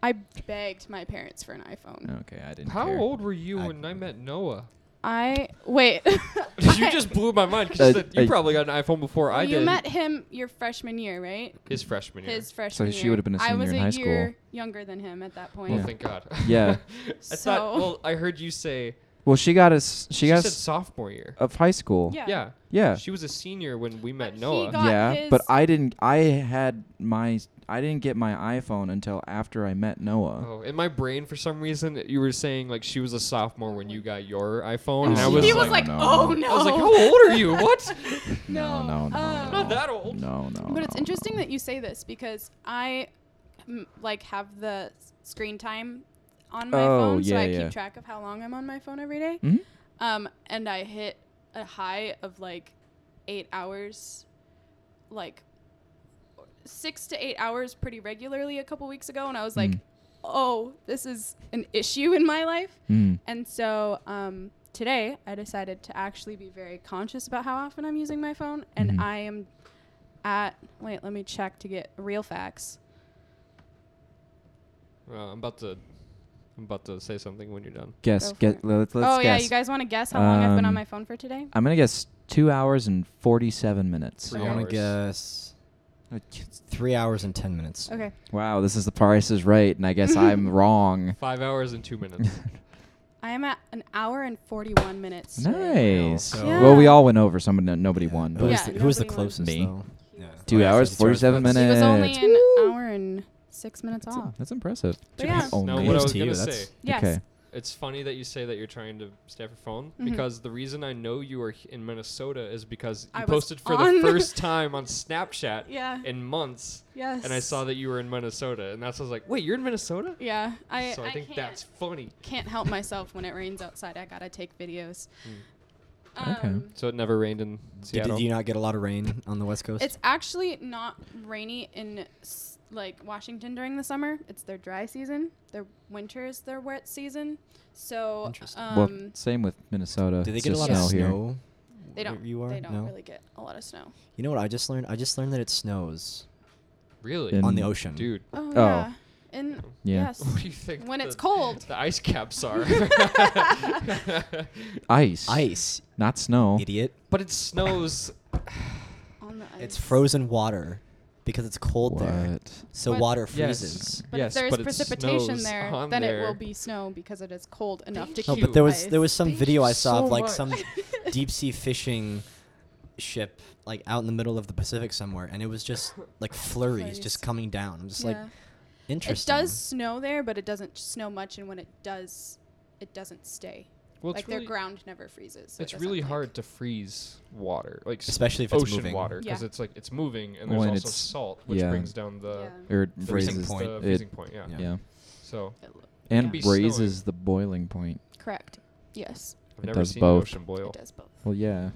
S3: I begged my parents for an iPhone.
S4: Okay, I didn't.
S1: How
S4: care.
S1: old were you
S2: I-
S1: when I met Noah?
S3: I wait.
S1: you just blew my mind 'cause you
S4: Uh,
S1: said you
S4: uh,
S1: probably got an iPhone before I
S3: you
S1: did.
S3: met him your freshman year, right?
S1: his freshman year.
S3: His freshman year.
S4: she would've been a
S3: I
S4: senior
S3: was
S4: in
S3: a
S4: high school.
S3: year younger than him at that
S1: Well,
S3: point.
S4: Yeah.
S1: thank God.
S4: Yeah.
S1: I thought.
S3: So-
S1: Well, I heard you say
S4: Well, she got us. She,
S1: she,
S4: got
S1: said
S4: us
S1: sophomore year.
S4: of high school.
S3: Oh, Yeah.
S1: Yeah.
S4: Yeah.
S1: She was a senior when we
S3: But
S1: met
S3: he
S1: Noah.
S3: got
S4: Yeah,
S3: his-
S4: But I didn't. I had my. I didn't get my iPhone until after I met Noah.
S1: Oh, in my brain, for some reason, you were saying like she was a sophomore when you got your iPhone, and
S4: Oh,
S1: I
S4: no.
S1: was,
S3: he
S1: like,
S3: was like,
S4: no.
S3: "Oh no!"
S1: I was like, how old are you? What?
S3: No,
S4: No. No. No.
S3: um,
S1: Not that old.
S4: No. No.
S3: But it's
S4: no.
S3: interesting that you say this because I mm, like have the s- screen time on my
S4: Oh,
S3: phone, so
S4: yeah,
S3: I
S4: yeah.
S3: keep track of how long I'm on my phone every day.
S4: Mhm.
S3: Um, and I hit a high of like eight hours, like six to eight hours pretty regularly a couple weeks ago, and I was like,
S4: Mm.
S3: "Oh, this is an issue in my life."
S4: Mm.
S3: And so um, today I decided to actually be very conscious about how often I'm using my phone. And
S4: Mhm.
S3: I am at, wait, let me check to get real facts.
S1: Well, I'm about to, I'm about to say something when you're done.
S3: Go
S4: Guess.
S3: for
S4: Guess.
S3: it.
S4: Let's. Let's
S3: oh,
S4: guess.
S3: yeah, you guys want to guess how long I've been on
S4: Um,
S3: my phone for today?
S4: I'm gonna guess two hours and forty-seven minutes.
S1: Three
S2: I want
S1: hours.
S2: to guess three hours and ten minutes.
S3: Okay.
S4: Wow, this is the Price is Right, and I guess I'm wrong.
S1: Five hours and two minutes.
S3: I am at an hour and 41 minutes. today.
S4: Nice.
S2: So-
S4: Well, we all went over. Someone, nobody
S2: Yeah.
S4: won.
S2: Who
S4: But
S2: was
S3: Yeah,
S2: the, who was the
S3: nobody won.
S2: closest?
S4: Me.
S2: Though?
S3: Yeah.
S4: Two
S2: Oh, yeah,
S4: hours,
S2: so it's
S4: 47
S2: yours.
S3: He was only
S4: minutes.
S3: an
S4: Woo!
S3: hour and six minutes
S4: that's,
S3: off.
S4: that's impressive.
S3: But yeah.
S4: Oh,
S1: now,
S4: man.
S1: what I
S2: Kudos
S1: was
S2: to you,
S1: gonna
S2: that's-
S1: say,
S3: Yes.
S4: Okay.
S1: it's funny that you say that you're trying to stay off your phone
S3: Mhm.
S1: because the reason I know you are h- in Minnesota is because you
S3: I was
S1: posted for the
S3: on-
S1: first time on Snapchat
S3: Yeah.
S1: in months,
S3: Yes.
S1: and I saw that you were in Minnesota, and that's I was like, wait, you're in Minnesota?
S3: Yeah. I,
S1: so I, think
S3: can't,
S1: that's funny.
S3: can't help myself when it rains outside. I got to take videos.
S4: Okay.
S3: Um,
S1: Mm. So it never rained in
S2: Did,
S1: Seattle.
S2: did you not get a lot of rain on the West Coast?
S3: It's actually not rainy in s- like Washington during the summer. It's their dry season. Their winter is their wet season. So
S2: Interesting.
S3: um,
S4: well, same with Minnesota.
S2: Did they
S4: It's
S2: get a
S4: just
S2: lot of
S4: here.
S2: snow?
S3: they don't.
S2: Where you are?
S3: They don't
S2: no.
S3: really get a lot of snow.
S2: You know what I just learned? I just learned that it snows
S1: Really?
S4: In-
S2: on the ocean.
S1: Dude,
S3: Oh,
S4: Oh.
S3: yeah. And
S4: Yeah.
S3: yes.
S1: what do you think?
S3: When
S1: the,
S3: it's cold.
S1: The ice caps are.
S4: Ice.
S2: Ice,
S4: Not snow.
S2: idiot.
S1: but it snows.
S3: On the ice.
S2: It's frozen water because it's cold there.
S4: What?
S2: So
S3: But-
S2: water
S1: Yes.
S2: freezes.
S3: But
S1: Yes,
S3: if there's
S1: but it
S3: precipitation
S1: snows
S3: there,
S1: on
S3: then it
S1: there.
S3: will be snow because it is cold enough
S1: Thank
S3: to
S2: No,
S3: keep
S2: but there was there was some
S1: Thank
S2: video
S1: you
S2: I saw
S1: so
S2: of like
S1: much.
S2: some deep sea fishing ship like out in the middle of the Pacific somewhere, and it was just like flurries
S3: Flurries.
S2: just coming down. I'm just like
S3: Yeah. It
S2: interesting.
S3: does snow there, but it doesn't snow much, and when it does, it doesn't stay.
S1: Well,
S3: like
S1: it's really,
S3: their ground never freezes. so it
S1: it's
S3: doesn't,
S1: really
S3: like-
S1: hard to freeze water, like s-
S2: Especially if it's
S1: ocean
S2: moving.
S1: water, because
S3: Yeah.
S1: it's like it's moving, and there's
S4: When
S1: also
S4: it's-
S1: salt, which
S4: yeah.
S1: brings down the
S3: Yeah.
S4: Or it
S1: the freezing
S2: Freezing
S4: raises
S2: point.
S1: The
S4: It-
S1: Uh, freezing point, yeah.
S2: Yeah.
S4: Yeah.
S1: So
S3: It lo-
S4: And
S1: Be
S4: raises
S1: snowing.
S4: the boiling point.
S3: Correct. Yes,
S1: I've
S4: It
S1: never
S4: does
S1: seen
S4: both.
S1: an ocean boil.
S3: it does both.
S4: Well, yeah.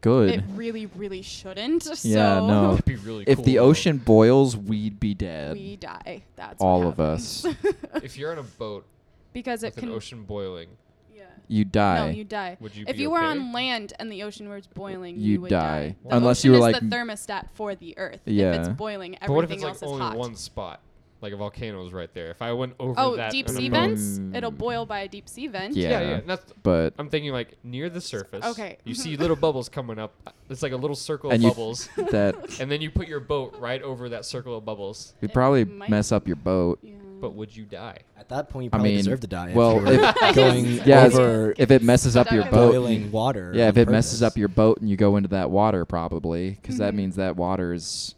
S4: Good.
S3: It really, really shouldn't.
S4: Yeah,
S3: so
S4: no.
S1: That'd be really
S4: if
S1: cool,
S4: the
S1: though.
S4: ocean boils, we'd be dead.
S3: we die. That's what
S4: All of
S3: happens.
S1: if you're on a boat
S3: because it
S1: with
S3: can.
S1: an ocean boiling,
S3: Yeah.
S4: you die.
S3: No, you die.
S1: would you?
S3: if
S1: be
S3: you were
S1: okay?
S3: on land and the ocean was boiling, you,
S4: You'd
S3: would
S4: die.
S3: die. The
S4: Unless
S3: ocean
S4: you were
S3: is
S4: like-
S3: the thermostat for the earth. If
S4: Yeah.
S3: it's boiling, everything
S1: but what if it's like
S3: else is
S1: only
S3: hot.
S1: one spot, like a volcano is right there? If I went over
S3: oh,
S1: that,
S3: deep
S1: on a
S3: sea
S1: boat-
S4: vent?
S3: vents?
S4: Mm.
S3: It'll boil by a deep sea vent.
S4: Yeah.
S1: Yeah, yeah. and that's,
S4: But
S1: I'm thinking like near the surface.
S3: Okay.
S1: You see little bubbles coming up. It's like a little circle
S4: And you-
S1: of bubbles,
S4: that
S1: and then you put your boat right over that circle of bubbles.
S4: would
S3: It
S4: probably
S3: might-
S4: mess up your boat.
S3: Yeah.
S1: But would you die?
S2: At that point, you
S4: I
S2: probably
S4: mean,
S2: deserve to die.
S4: well,
S2: if you were
S3: if-
S2: going
S4: yeah, it's-
S2: over
S4: If it messes up your
S3: Stuck in the
S4: boat,
S2: boiling water.
S4: yeah.
S2: on
S4: If it messes
S2: purpose.
S4: up your boat and you go into that water, probably because that
S3: Mhm.
S4: means that water is,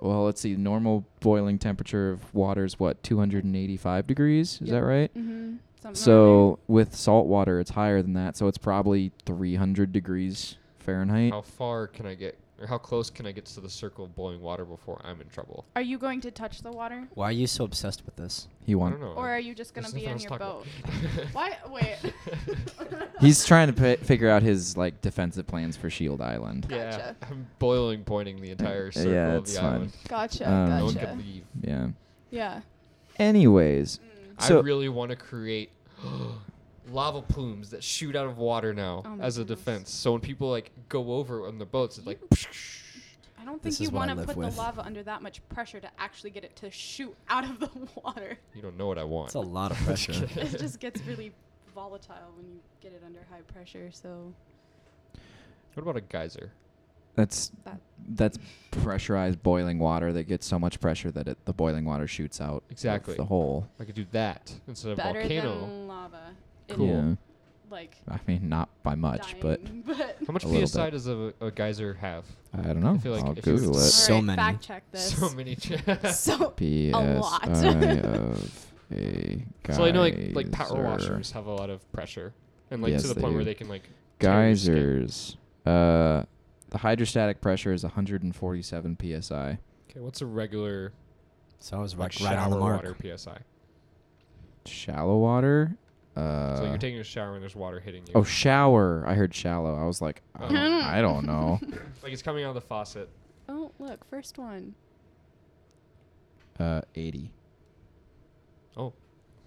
S4: well, let's see. Normal boiling temperature of water is what 285 degrees. Is
S1: Yep.
S4: that right?
S3: Mm-hmm. Something
S4: So with salt water, it's higher than that. So it's probably 300 degrees Fahrenheit.
S1: How far can I get, or how close can I get to the circle of boiling water before I'm in trouble?
S3: Are you going to touch the water,
S2: Why are you so obsessed with this?
S4: He
S1: I
S4: won.
S1: don't know.
S3: or are you just gonna
S1: There's
S3: be
S1: nothing
S3: in
S1: else
S3: your
S1: to talk
S3: boat?
S1: about.
S3: Why? Wait.
S4: He's trying to pi figure out his like defensive plans for Shield Island.
S1: yeah,
S3: Gotcha.
S1: I'm boiling, pointing the entire circle
S4: yeah,
S1: of
S4: it's
S1: the
S4: fine.
S1: island.
S3: Gotcha.
S4: Um,
S1: No one
S3: gotcha.
S1: could leave.
S4: Yeah.
S3: Yeah.
S4: Anyways,
S3: Mm.
S4: So-
S1: I really want to create lava plumes that shoot out of water now
S3: Oh my
S1: as a
S3: goodness.
S1: defense. So when people like go over on their boats, it's like
S3: I don't
S2: This
S3: think you
S2: is what I
S3: want to
S2: live
S3: put
S2: with.
S3: the lava under that much pressure to actually get it to shoot out of the water.
S1: you don't know what I want.
S2: It's a lot of pressure.
S3: it just gets really volatile when you get it under high pressure. So
S1: What about a geyser?
S4: that's
S3: That-
S4: that's pressurized boiling water that gets so much pressure that it, the boiling water shoots out of
S1: Exactly.
S4: the hole.
S1: I could do that instead of
S3: better
S1: volcano.
S3: than lava. It
S1: Cool.
S4: Yeah.
S3: Like
S4: I mean, not by much, but
S3: dying, but
S1: How much
S4: A little
S1: psi does a, a geyser have?
S4: I don't know.
S1: I feel like
S4: I'll
S1: if you were
S4: Google
S1: to
S4: it.
S2: So
S3: Alright,
S2: many.
S3: Fact check this.
S1: So many. ch-
S3: So
S4: PSI
S3: lot.
S4: of a geyser.
S1: so I know like like power washers have a lot of pressure, and like
S4: Yes,
S1: to the
S4: they
S1: point where
S4: do.
S1: they can like tear your skin.
S4: Geysers. Uh, the hydrostatic pressure is 147 psi.
S1: Okay, what's a regular
S2: so I was
S1: like
S2: right,
S1: shower
S2: right on the mark.
S1: water psi?
S4: Shallow water. Uh,
S1: so you're taking a shower and there's water hitting you.
S4: Oh, shower. I heard shallow. I was like, I
S1: Oh.
S4: don't, I don't know.
S1: like it's coming out of the faucet.
S3: Oh, look, first one.
S4: Uh, 80.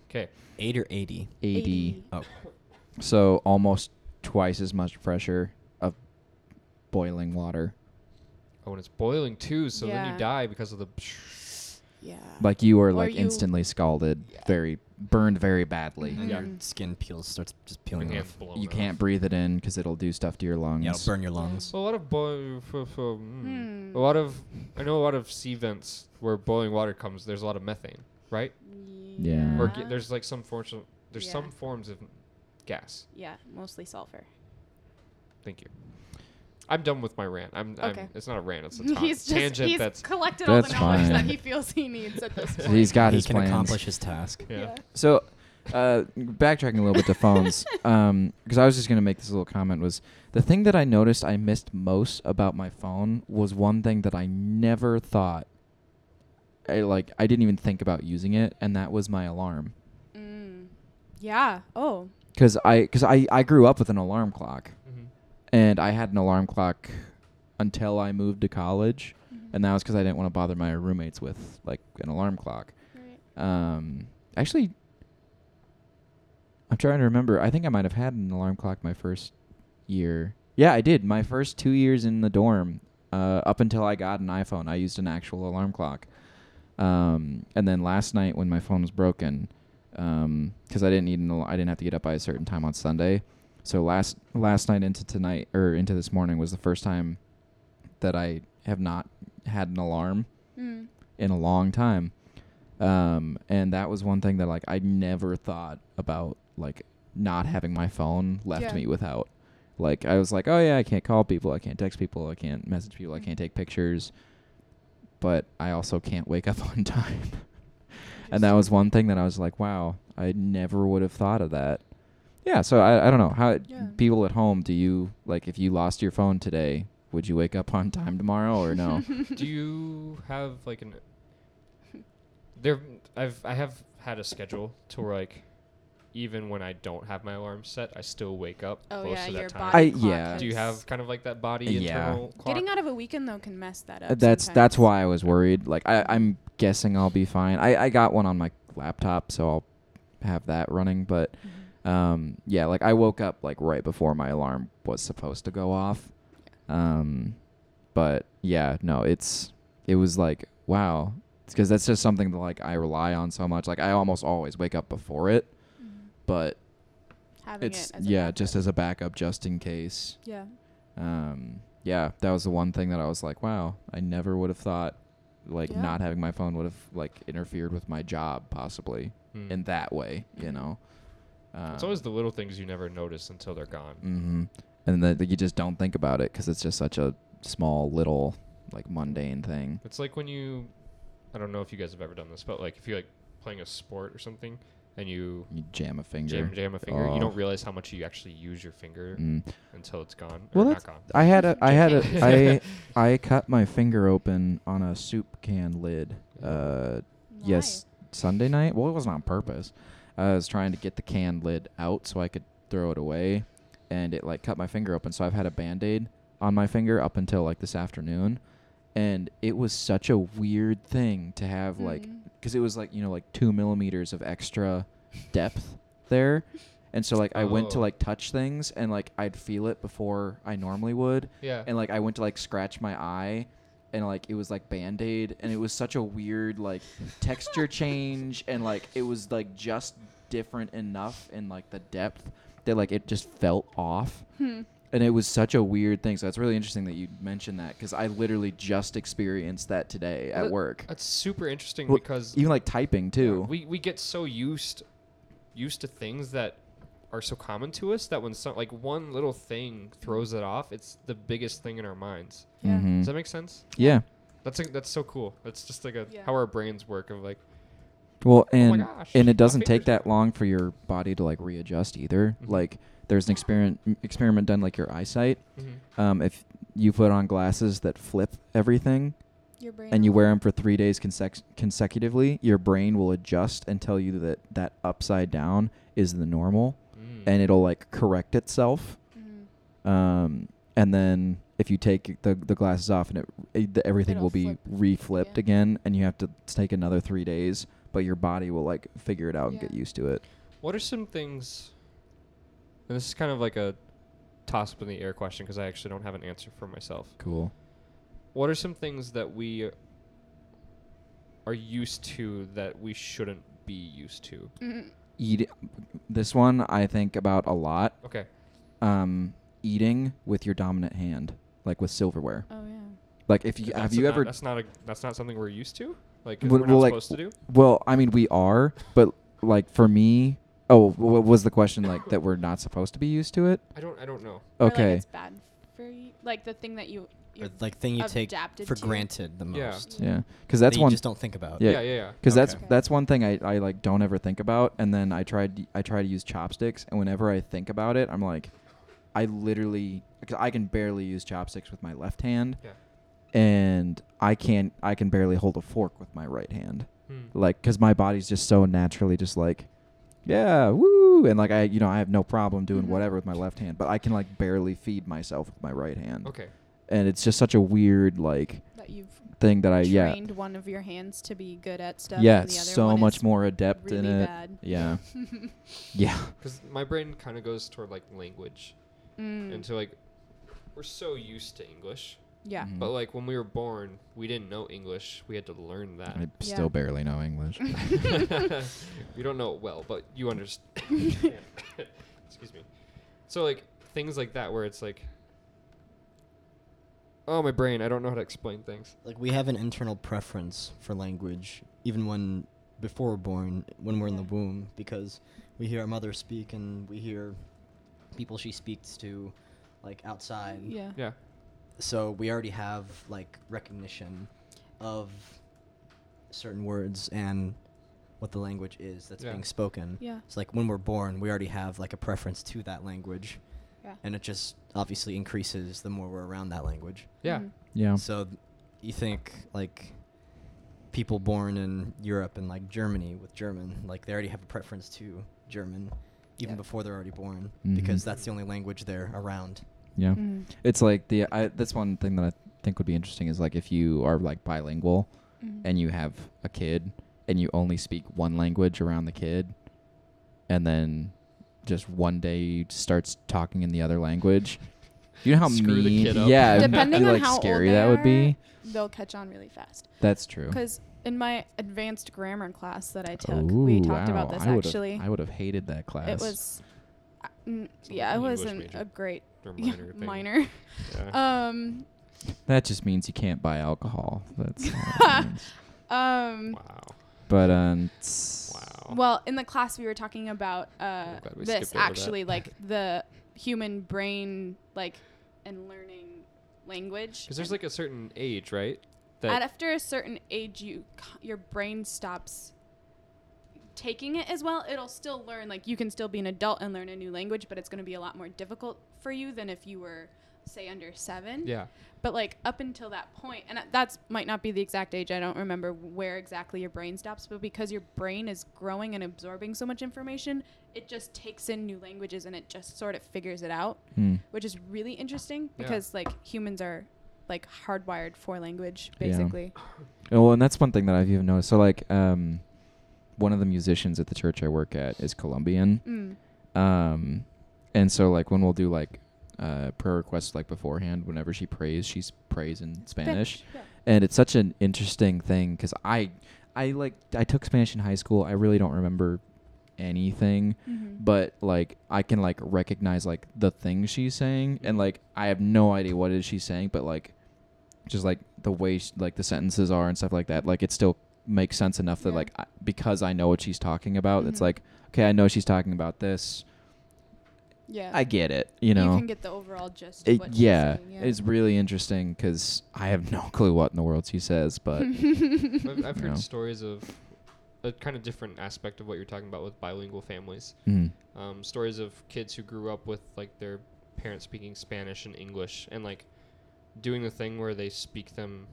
S1: Okay.
S2: Eight or eighty.
S4: 80.
S1: Oh.
S4: So almost twice as much pressure of boiling water.
S1: Oh, and it's boiling too, so then
S3: Yeah.
S1: you die because of the.
S3: Yeah.
S4: Like you are
S3: Or
S4: like
S3: you-
S4: instantly scalded, very burned very badly.
S2: And
S1: Yeah.
S3: Mm-hmm.
S2: your skin peels, starts just peeling
S1: Your hand's
S2: off.
S1: blown
S4: You
S1: off.
S4: can't breathe it in because it'll do stuff to your lungs.
S2: Yeah, it'll burn your lungs.
S1: So a lot of boil. f- f- mm.
S3: Hmm.
S1: A lot of I know a lot of sea vents where boiling water comes. There's a lot of methane, right?
S4: Yeah.
S1: Or ga- there's like some forms. Of, there's
S3: Uh-huh. Yeah.
S1: some forms of gas.
S3: Yeah, mostly sulfur.
S1: Thank you. I'm done with my rant. I'm.
S3: Okay.
S1: I'm it's not a rant. It's a ta-
S3: he's just
S1: tangent.
S3: he's
S1: that's
S3: collected all
S4: That's
S3: the knowledge that
S4: fine.
S3: he feels he needs at this
S1: So
S3: point.
S4: He's got
S2: he
S4: his
S2: can
S4: plans.
S2: accomplish his task.
S1: yeah.
S4: So, uh, backtracking a little bit to phones, because I was just gonna make this little comment was the thing that I noticed I missed most about my phone was one thing that I never thought, I like I didn't even think about using it, and that was my alarm.
S3: Mm. Yeah. Oh.
S4: Because I, cause I, I grew up with an alarm clock,
S1: Mhm.
S4: and I had an alarm clock until I moved to college,
S3: Mm-hmm.
S4: and that was because I didn't want to bother my roommates with like an alarm clock.
S3: Right.
S4: Um, actually, I'm trying to remember. I think I might have had an alarm clock my first year. Yeah, I did. My first two years in the dorm, uh, up until I got an iPhone, I used an actual alarm clock. Um, and then last night when my phone was broken, because I didn't need an al- I didn't have to get up by a certain time on Sunday, so last last night into tonight or into this morning was the first time that I have not had an alarm
S3: Mm.
S4: in a long time. Um, and that was one thing that like I never thought about like not having my phone left
S3: Yeah.
S4: me without. Like I was like, oh yeah, I can't call people, I can't text people, I can't message people, I
S3: Mm-hmm.
S4: can't take pictures, but I also can't wake up on time. and that was one thing that I was like, wow, I never would have thought of that. Yeah, so I I don't know how
S3: Yeah.
S4: people at home do you like if you lost your phone today, would you wake up on time tomorrow or no?
S1: do you have like an there i've i have had a schedule to where like even when i don't have my alarm set i still wake up
S3: Oh
S1: close
S3: yeah,
S1: to that
S3: your
S1: time
S4: I-
S3: body. clock
S4: yeah.
S1: do you have kind of like that body
S4: Yeah.
S1: internal clock?
S3: Getting out of a weekend though can mess that up.
S4: that's
S3: sometimes.
S4: that's why I was worried. Like I, I'm guessing I'll be fine. I, I got one on my laptop, so I'll have that running. But
S3: Mm-hmm.
S4: um, yeah, like I woke up like right before my alarm was supposed to go off. Um, but yeah, no, it's it was like wow, because that's just something that like I rely on so much. Like I almost always wake up before it, but
S3: Mm-hmm. Having
S4: it's
S3: it as a
S4: yeah,
S3: backup.
S4: just as a backup, just in case
S3: yeah.
S4: um, yeah, that was the one thing that I was like, wow, I never would have thought like
S3: Yeah.
S4: not having my phone would have like interfered with my job possibly
S1: Hmm.
S4: in that way, you know. Um,
S1: it's always the little things you never notice until they're gone
S4: hmm and that that you just don't think about it because it's just such a small little like mundane thing.
S1: It's like when you, I don't know if you guys have ever done this, but like if you're like playing a sport or something and you
S4: You jam a finger.
S1: jam jam a finger,
S4: Oh.
S1: you don't realize how much you actually use your finger
S4: Mm.
S1: until it's gone or
S4: Well,
S1: not
S4: that's-
S1: gone.
S4: I had a I had a
S1: Okay.
S4: I I cut my finger open on a soup can lid. Uh, Yes, Sunday night. Well, it wasn't on purpose. I was trying to get the can lid out so I could throw it away, and it like cut my finger open. So I've had a band aid on my finger up until like this afternoon, and it was such a weird thing to have like
S3: Mhm.
S4: because it was like you know like two millimeters of extra depth there. And so like I went to
S1: Oh.
S4: like touch things and like I'd feel it before I normally would
S1: Yeah.
S4: and like I went to like scratch my eye and like it was like band-aid and it was such a weird like texture change and like it was like just different enough in like the depth that like it just felt off
S3: Hmm.
S4: and it was such a weird thing so it's really interesting that you mentioned that because i literally just experienced that today at
S1: Well,
S4: work
S1: That's super interesting
S4: Well,
S1: because
S4: even like typing too
S1: we we get so used used to things that are so common to us that when some like one little thing throws it off, it's the biggest thing in our minds.
S3: Yeah.
S4: Mhm.
S1: Does that make sense?
S4: yeah
S1: That's like, that's so cool. That's just like a
S3: Yeah.
S1: how our brains work of like
S4: Well,
S1: Oh my
S4: and
S1: gosh,
S4: and
S1: my
S4: it doesn't take
S1: finger's
S4: that long for your body to like readjust either.
S1: Mhm.
S4: Like there's an experiment experiment done like your eyesight.
S1: Mhm.
S4: Um, if you put on glasses that flip everything
S3: Your brain
S4: and you
S3: will-
S4: wear them for three days consec- consecutively, your brain will adjust and tell you that that upside down is the normal,
S1: mm.
S4: and it'll like correct itself.
S3: Mhm.
S4: Um, and then if you take the, the glasses off and it, it the, everything
S3: It'll
S4: will be
S3: flip.
S4: reflipped
S3: Yeah.
S4: again, and you have to take another three days, but your body will like figure it out and
S3: Yeah.
S4: get used to it.
S1: What are some things? And this is kind of like a toss up in the air question because I actually don't have an answer for myself.
S4: Cool.
S1: What are some things that we are used to that we shouldn't be used to?
S3: Mhm.
S4: Eat this one. I think about a lot.
S1: Okay.
S4: Um, eating with your dominant hand, like with silverware.
S3: Oh yeah.
S4: Like if you
S1: That's
S4: have you
S1: not-
S4: ever
S1: That's not a. That's not something we're used to. Like
S4: Well-
S1: we're not
S4: well, like,
S1: supposed to do.
S4: Well, I mean, we are, but like for me, oh, what was the question like that we're not supposed to be used to it?
S1: I don't. I don't know.
S3: Or,
S4: Okay,
S3: like, it's bad for you. Like the thing that you.
S2: Or,
S3: you're-
S2: like thing you take
S3: adapted
S2: for
S3: to.
S2: granted the
S1: Yeah.
S2: most.
S3: Yeah.
S4: yeah, because
S2: that
S4: that's
S2: you
S4: one
S2: just don't think about.
S4: Yeah.
S1: Yeah. Yeah. Yeah.
S4: because that's
S3: Okay.
S4: that's one thing I, I like don't ever think about, and then I tried I try to use chopsticks, and whenever I think about it, I'm like, I literally because I can barely use chopsticks with my left hand,
S1: Yeah.
S4: and I can't I can barely hold a fork with my right hand
S1: Hmm.
S4: like because my body's just so naturally just like yeah woo and like i you know i have no problem doing
S3: Mhm.
S4: whatever with my left hand but i can like barely feed myself with my right hand
S1: Okay.
S4: and it's just such a weird like
S3: That you've
S4: thing that i Uh, yeah
S3: trained one of your hands to be good at stuff.
S4: yeah
S3: and the
S4: it's
S3: other
S4: so
S3: one
S4: much
S3: is
S4: more adept
S3: really
S4: in it
S3: Bad.
S4: yeah yeah
S1: Because my brain kind of goes toward like language,
S3: Mm.
S1: and to like, we're so used to English
S3: Yeah.
S4: Mhm.
S1: But like when we were born, we didn't know English. We had to learn that.
S4: I
S3: Yeah.
S4: still barely know English.
S1: we don't know it well, but you understand. Excuse me. So like things like that where it's like Oh, my brain, I don't know how to explain things.
S2: Like we have an internal preference for language, even when before we're born, when we're in the
S3: Yeah.
S2: womb, because we hear our mother speak and we hear people she speaks to, like outside.
S3: Yeah.
S1: Yeah.
S2: So we already have like recognition of certain words and what the language is that's
S1: Yeah.
S2: being spoken.
S3: Yeah.
S2: It's like when we're born, we already have like a preference to that language,
S3: Yeah.
S2: and it just obviously increases the more we're around that language.
S1: Yeah.
S3: Mhm.
S4: yeah.
S2: So th- you think like people born in Europe and like Germany with German, like they already have a preference to German even
S3: Yeah.
S2: before they're already born
S4: Mhm.
S2: because that's the only language they're around.
S4: Yeah.
S3: Mhm.
S4: It's like the I, that's one thing that I think would be interesting is like if you are like bilingual
S3: Mhm.
S4: and you have a kid and you only speak one language around the kid and then just one day starts talking in the other language. You know how
S1: Screw the
S4: mean
S1: kid up.
S4: yeah, it'd
S3: Depending
S4: be,
S3: on
S4: like
S3: how old
S4: scary
S3: they
S4: that would be.
S3: are, they'll catch on really fast.
S4: That's true.
S3: Because in my advanced grammar class that I took, we
S4: Ooh,
S3: talked about
S4: wow.
S3: this
S4: I would've-
S3: actually.
S4: I would have hated that class.
S3: It was, I- mm,
S1: Sounds
S3: yeah,
S1: like an
S3: I
S1: English
S3: wasn't
S1: major.
S3: a great
S1: Or
S3: yeah,
S1: minor thing.
S3: minor.
S1: Yeah.
S3: um,
S4: That just means you can't buy alcohol. That's all it means.
S3: um,
S1: wow.
S4: but um tss.
S1: Wow.
S3: well, in the class we were talking about uh,
S1: I'm glad Oh. we
S3: this
S1: skipped over that.
S3: actually, like the human brain, like and learning language.
S1: Cuz there's
S3: and
S1: like a certain age, right?
S3: at- after a certain age, you c- your brain stops taking it as well. It'll still learn. Like you can still be an adult and learn a new language, but it's going to be a lot more difficult for you than if you were say under seven.
S1: yeah.
S3: but like up until that point and that's might not be the exact age i don't remember where exactly your brain stops but because your brain is growing and absorbing so much information it just takes in new languages and it just sort of figures it out
S4: Hmm.
S3: which is really interesting
S1: Yeah.
S3: because like humans are like hardwired for language
S4: Yeah.
S3: basically
S4: Oh, well, and that's one thing that I've even noticed. So, like, um, one of the musicians at the church I work at is Colombian,
S3: Mm.
S4: um, and so like when we'll do like uh, prayer requests like beforehand, whenever she prays, she's prays in Spanish,
S3: Yeah.
S4: and it's such an interesting thing because I, I like I took Spanish in high school. I really don't remember anything
S3: Mhm.
S4: but like I can like recognize like the things she's saying, and like I have no idea what it is she's saying, but like just like the way sh like the sentences are and stuff like that, like it still makes sense enough that
S3: Yeah.
S4: like I, because I know what she's talking about, it's
S3: Mhm.
S4: like okay, I know she's talking about this,
S3: yeah
S4: I get it, you know.
S3: you can get the overall gist of
S4: It-
S3: what she's
S4: yeah,
S3: saying,
S4: it's really interesting because I have no clue what in the world she says, but
S1: I've, I've heard
S4: No.
S1: stories of a kind of different aspect of what you're talking about with bilingual families.
S4: mm,
S1: um, stories of kids who grew up with like their parents speaking Spanish and English and like doing the thing where they speak them.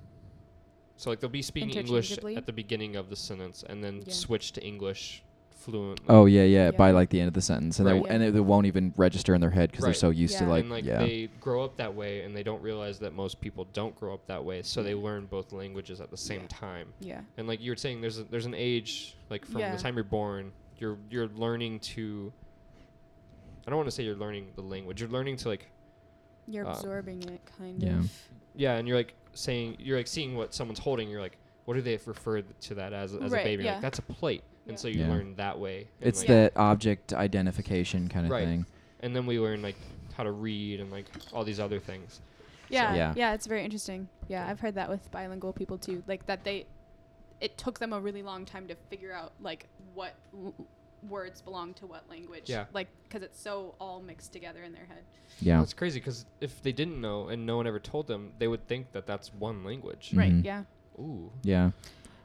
S1: So like they'll be speaking English
S3: Interchangeably?
S1: at the beginning of the sentence and then
S3: Yeah.
S1: switch to English fluently.
S4: oh yeah, yeah,
S3: Yeah.
S4: by like the end of the sentence, and they
S1: Right.
S4: w- and it, it won't even register in their head because they're
S1: Right.
S4: so used to
S3: Yeah.
S4: like
S1: and like
S4: yeah,
S1: they grow up that way and they don't realize that most people don't grow up that way, so they learn both languages at the same
S3: Yeah.
S1: time.
S3: yeah
S1: And like you were saying, there's a, there's an age like from
S3: Yeah.
S1: the time you're born, you're you're learning to. I don't want to say you're learning the language. You're learning to like
S3: you're
S1: Um,
S3: absorbing it kind
S4: Uh, yeah.
S3: of
S1: yeah, and you're like saying you're like seeing what someone's holding. You're like, what do they refer to that as as
S3: Right,
S1: a baby? You're
S3: yeah.
S1: Like that's a plate,
S3: Yeah.
S1: and so you
S4: Yeah.
S1: learn that way. And
S4: It's
S1: like,
S4: that object identification kind of
S1: Right.
S4: thing.
S1: and then we learn like how to read and like all these other things.
S3: Yeah,
S4: Yeah.
S3: yeah, it's very interesting. Yeah, I've heard that with bilingual people too. Like that they, it took them a really long time to figure out like what l- words belong to what language.
S1: Yeah.
S3: Like because it's so all mixed together in their head.
S4: Yeah.
S1: That's crazy because if they didn't know and no one ever told them, they would think that that's one language.
S4: Right, Mhm.
S3: Yeah.
S1: Ooh.
S4: Yeah.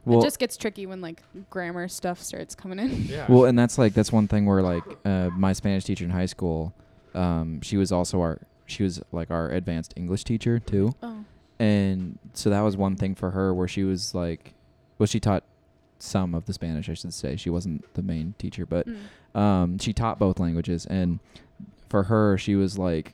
S4: Well,
S3: it just gets tricky when like grammar stuff starts coming in.
S1: Yeah.
S4: well, and that's like that's one thing where like uh, my Spanish teacher in high school, um, she was also our she was like our advanced English teacher too,
S3: Oh.
S4: and so that was one thing for her where she was like, well, she taught some of the Spanish, I should say. She wasn't the main teacher, but
S3: Mm.
S4: um, she taught both languages, and for her, she was like,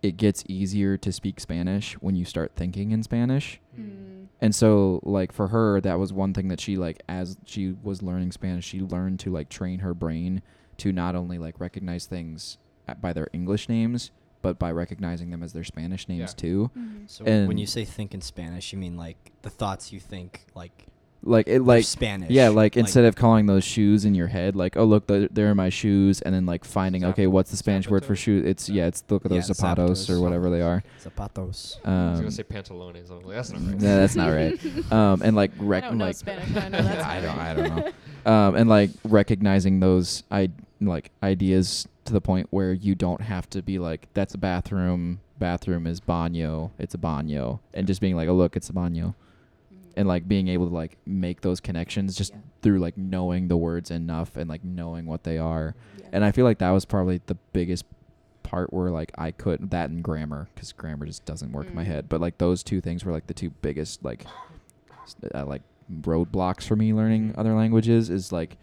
S4: it gets easier to speak Spanish when you start thinking in Spanish.
S1: Mm.
S3: Mm.
S4: And so like for her that was one thing that she like as she was learning Spanish she learned to like train her brain to not only like recognize things at, by their English names but by recognizing them as their Spanish names
S1: Yeah.
S4: too.
S3: Mhm.
S2: So when
S4: And-
S2: you say think in Spanish, you mean like the thoughts you think, like
S4: Like it,
S2: they're
S4: like
S2: Spanish.
S4: yeah, like, instead of calling those shoes in your head, like oh look, th- they're my shoes, and then like finding okay,
S1: Zap-
S4: what's the Spanish word for
S1: zapatos?
S4: shoe? It's yeah, it's look at
S2: Yeah,
S4: those zapatos
S2: zapatos.
S4: or whatever they are.
S2: zapatos.
S1: I was
S4: Um,
S1: gonna say pantalones. I was like, that's not right.
S4: no, that's not right. Um, and like rec-
S3: I don't know
S4: like
S3: Spanish, but I know that's
S4: I
S3: not
S4: don't, I
S3: right.
S4: don't know. um, and like recognizing those I like ideas to the point where you don't have to be like that's a bathroom bathroom is baño it's a baño and just being like oh look it's a baño
S3: Mm.
S4: and like being able to like make those connections just
S3: Yeah.
S4: through like knowing the words enough and like knowing what they are
S3: Yeah.
S4: and I feel like that was probably the biggest part where like I could that and grammar because grammar just doesn't work in my
S3: Mm.
S4: head but like those two things were like the two biggest like s- uh, like roadblocks for me learning
S1: Mhm.
S4: other languages is like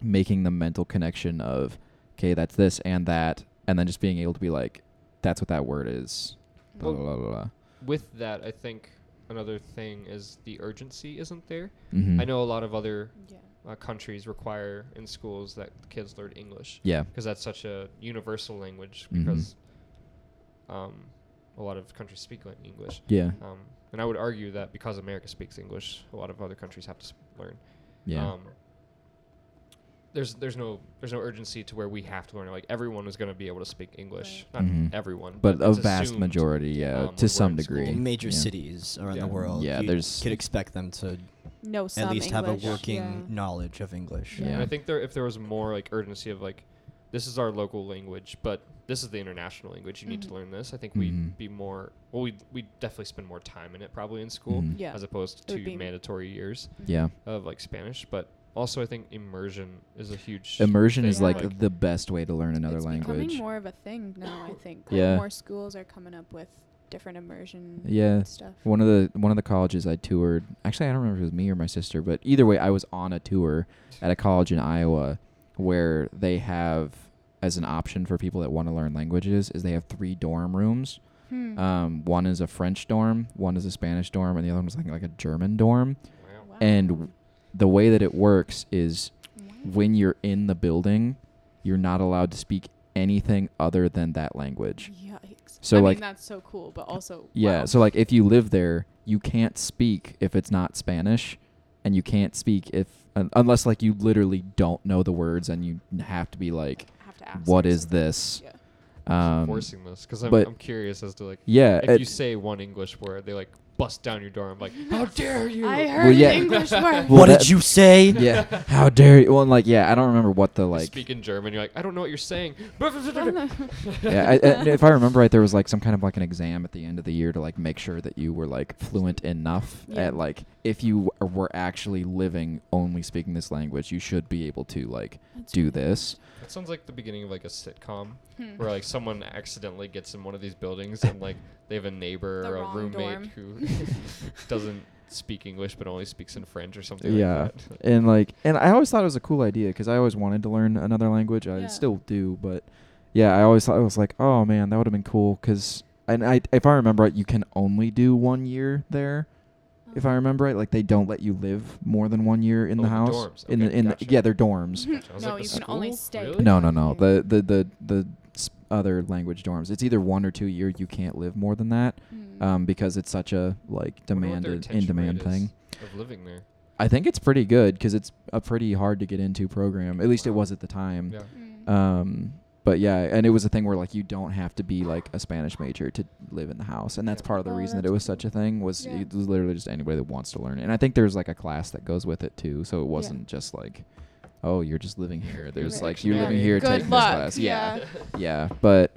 S4: making the mental connection of okay that's this and that and then just being able to be like that's what that word is blah,
S3: Mm.
S1: Well-
S4: blah, blah, blah.
S1: With that, I think another thing is the urgency isn't there.
S4: Mm-hmm.
S1: I know a lot of other
S3: Yeah.
S1: uh, countries require in schools that kids learn English
S4: yeah
S1: because that's such a universal language
S4: Mhm.
S1: because um, a lot of countries speak like English.
S4: yeah
S1: Um, and I would argue that because America speaks English, a lot of other countries have to sp- learn.
S4: yeah
S1: Um, there's there's no there's no urgency to where we have to learn. it. Like everyone is going to be able to speak English, not
S4: Mhm.
S1: everyone,
S4: but a
S1: it's
S4: vast
S1: assumed.
S4: majority yeah
S1: um, when we're
S4: to some
S1: in school.
S4: degree
S1: Well,
S2: Major
S4: yeah.
S2: cities around
S1: Yeah.
S2: the world.
S4: Yeah,
S2: you
S4: there's-
S2: could expect them to
S3: No, some
S2: at least have a
S3: English,
S2: working
S3: yeah.
S2: knowledge of English.
S1: And
S4: Yeah.
S1: I think there if there was more like urgency of like, this is our local language, but this is the international language. You need
S3: Mhm.
S1: to learn this. I think we'd
S4: Mhm.
S1: be more well. We we definitely spend more time in it probably in school
S4: Mhm.
S3: Yeah.
S1: as opposed
S3: It
S1: to
S3: would be-
S1: mandatory years
S4: yeah
S1: of like Spanish. But also I think immersion is a huge
S4: immersion
S1: thing,
S4: is like,
S3: like-
S4: the best way to learn another
S3: it's
S4: language
S3: becoming more of a thing now. I think
S4: Yeah.
S3: like more schools are coming up with different immersion
S4: Yeah.
S3: stuff.
S4: one of the one of the colleges I toured. Actually, I don't remember if it was me or my sister, but either way, I was on a tour at a college in Iowa where they have as an option for people that want to learn languages is they have three dorm rooms.
S3: Hmm.
S4: Um, one is a French dorm, one is a Spanish dorm, and the other one was like like a German dorm.
S1: Wow.
S3: Wow.
S4: and w- The way that it works is
S3: Wow.
S4: when you're in the building, you're not allowed to speak anything other than that language.
S3: Yikes.
S4: So,
S3: I
S4: like-
S3: mean, that's so cool, but also
S4: Yeah.
S3: wow.
S4: So like, if you live there, you can't speak if it's not Spanish, and you can't speak if un- unless like you literally don't know the words and you n- have to be like,
S3: I have to ask
S4: what
S3: or
S4: is
S3: something.
S4: this?
S3: Yeah.
S4: Um,
S1: forcing this because I'm,
S4: but-
S1: I'm curious as to like
S4: yeah.
S1: if
S4: it-
S1: you say one English word, they like bust down your door. I'm like, how dare you?
S3: I heard
S4: yeah.
S3: an English word.
S4: Well,
S2: what
S4: that-
S2: did you say?
S4: yeah. How dare you? Well, and, like yeah, I don't remember what the
S1: You
S4: like.
S1: speak in German. You're like, I don't know what you're saying.
S4: yeah, I, and if I remember right, there was like some kind of like an exam at the end of the year to like make sure that you were like fluent enough
S3: Yeah.
S4: at like if you w- were actually living only speaking this language, you should be able to like
S3: That's
S4: do
S3: weird.
S4: this.
S1: That sounds like the beginning of like a sitcom
S3: Hmm.
S1: where like someone accidentally gets in one of these buildings and like they have a neighbor
S3: The
S1: or a
S3: wrong
S1: roommate who doesn't speak English but only speaks in French or something.
S4: Yeah.
S1: Like that.
S4: and like and i always thought it was a cool idea because i always wanted to learn another language i
S3: Yeah.
S4: still do but yeah i always thought it was like oh man that would have been cool because and i if i remember right you can only do one year there if i
S3: Mm-hmm.
S4: remember right like they don't let you live more than one year in
S1: Oh,
S4: the
S1: the
S4: house
S1: dorms.
S4: in
S1: Okay,
S4: the in
S1: gotcha.
S4: the, yeah they're dorms
S1: Gotcha. I was
S3: no,
S1: like,
S3: you
S1: the
S3: can only
S1: school?
S3: stay.
S1: Really?
S3: with
S4: no
S3: one
S4: no no
S3: year.
S4: the the the the s- other language dorms it's either one or two year you can't live more than that
S3: Hmm.
S4: um because it's such a like
S1: Wonder Mm. what their
S4: demanded in
S1: retention rate
S4: demand uh,
S1: is
S4: thing
S1: of living there.
S4: I think it's pretty good because it's a pretty hard to get into program. At least it
S1: Wow.
S4: was at the time.
S1: Yeah.
S3: Hmm.
S4: Um, but yeah, and it was a thing where like you don't have to be like a Spanish major to live in the house, and that's
S1: Yeah.
S4: part of the
S3: Oh,
S4: reason that
S3: that's
S4: it was
S3: cool.
S4: such a thing was
S3: Yeah.
S4: it was literally just anybody that wants to learn it. And I think there's like a class that goes with it too, so it wasn't just like, oh, you're just living here. There's
S3: Right.
S4: like you're
S1: Yeah.
S4: living here,
S3: Good
S4: taking
S3: luck,
S4: this class. Yeah
S3: yeah.
S4: yeah but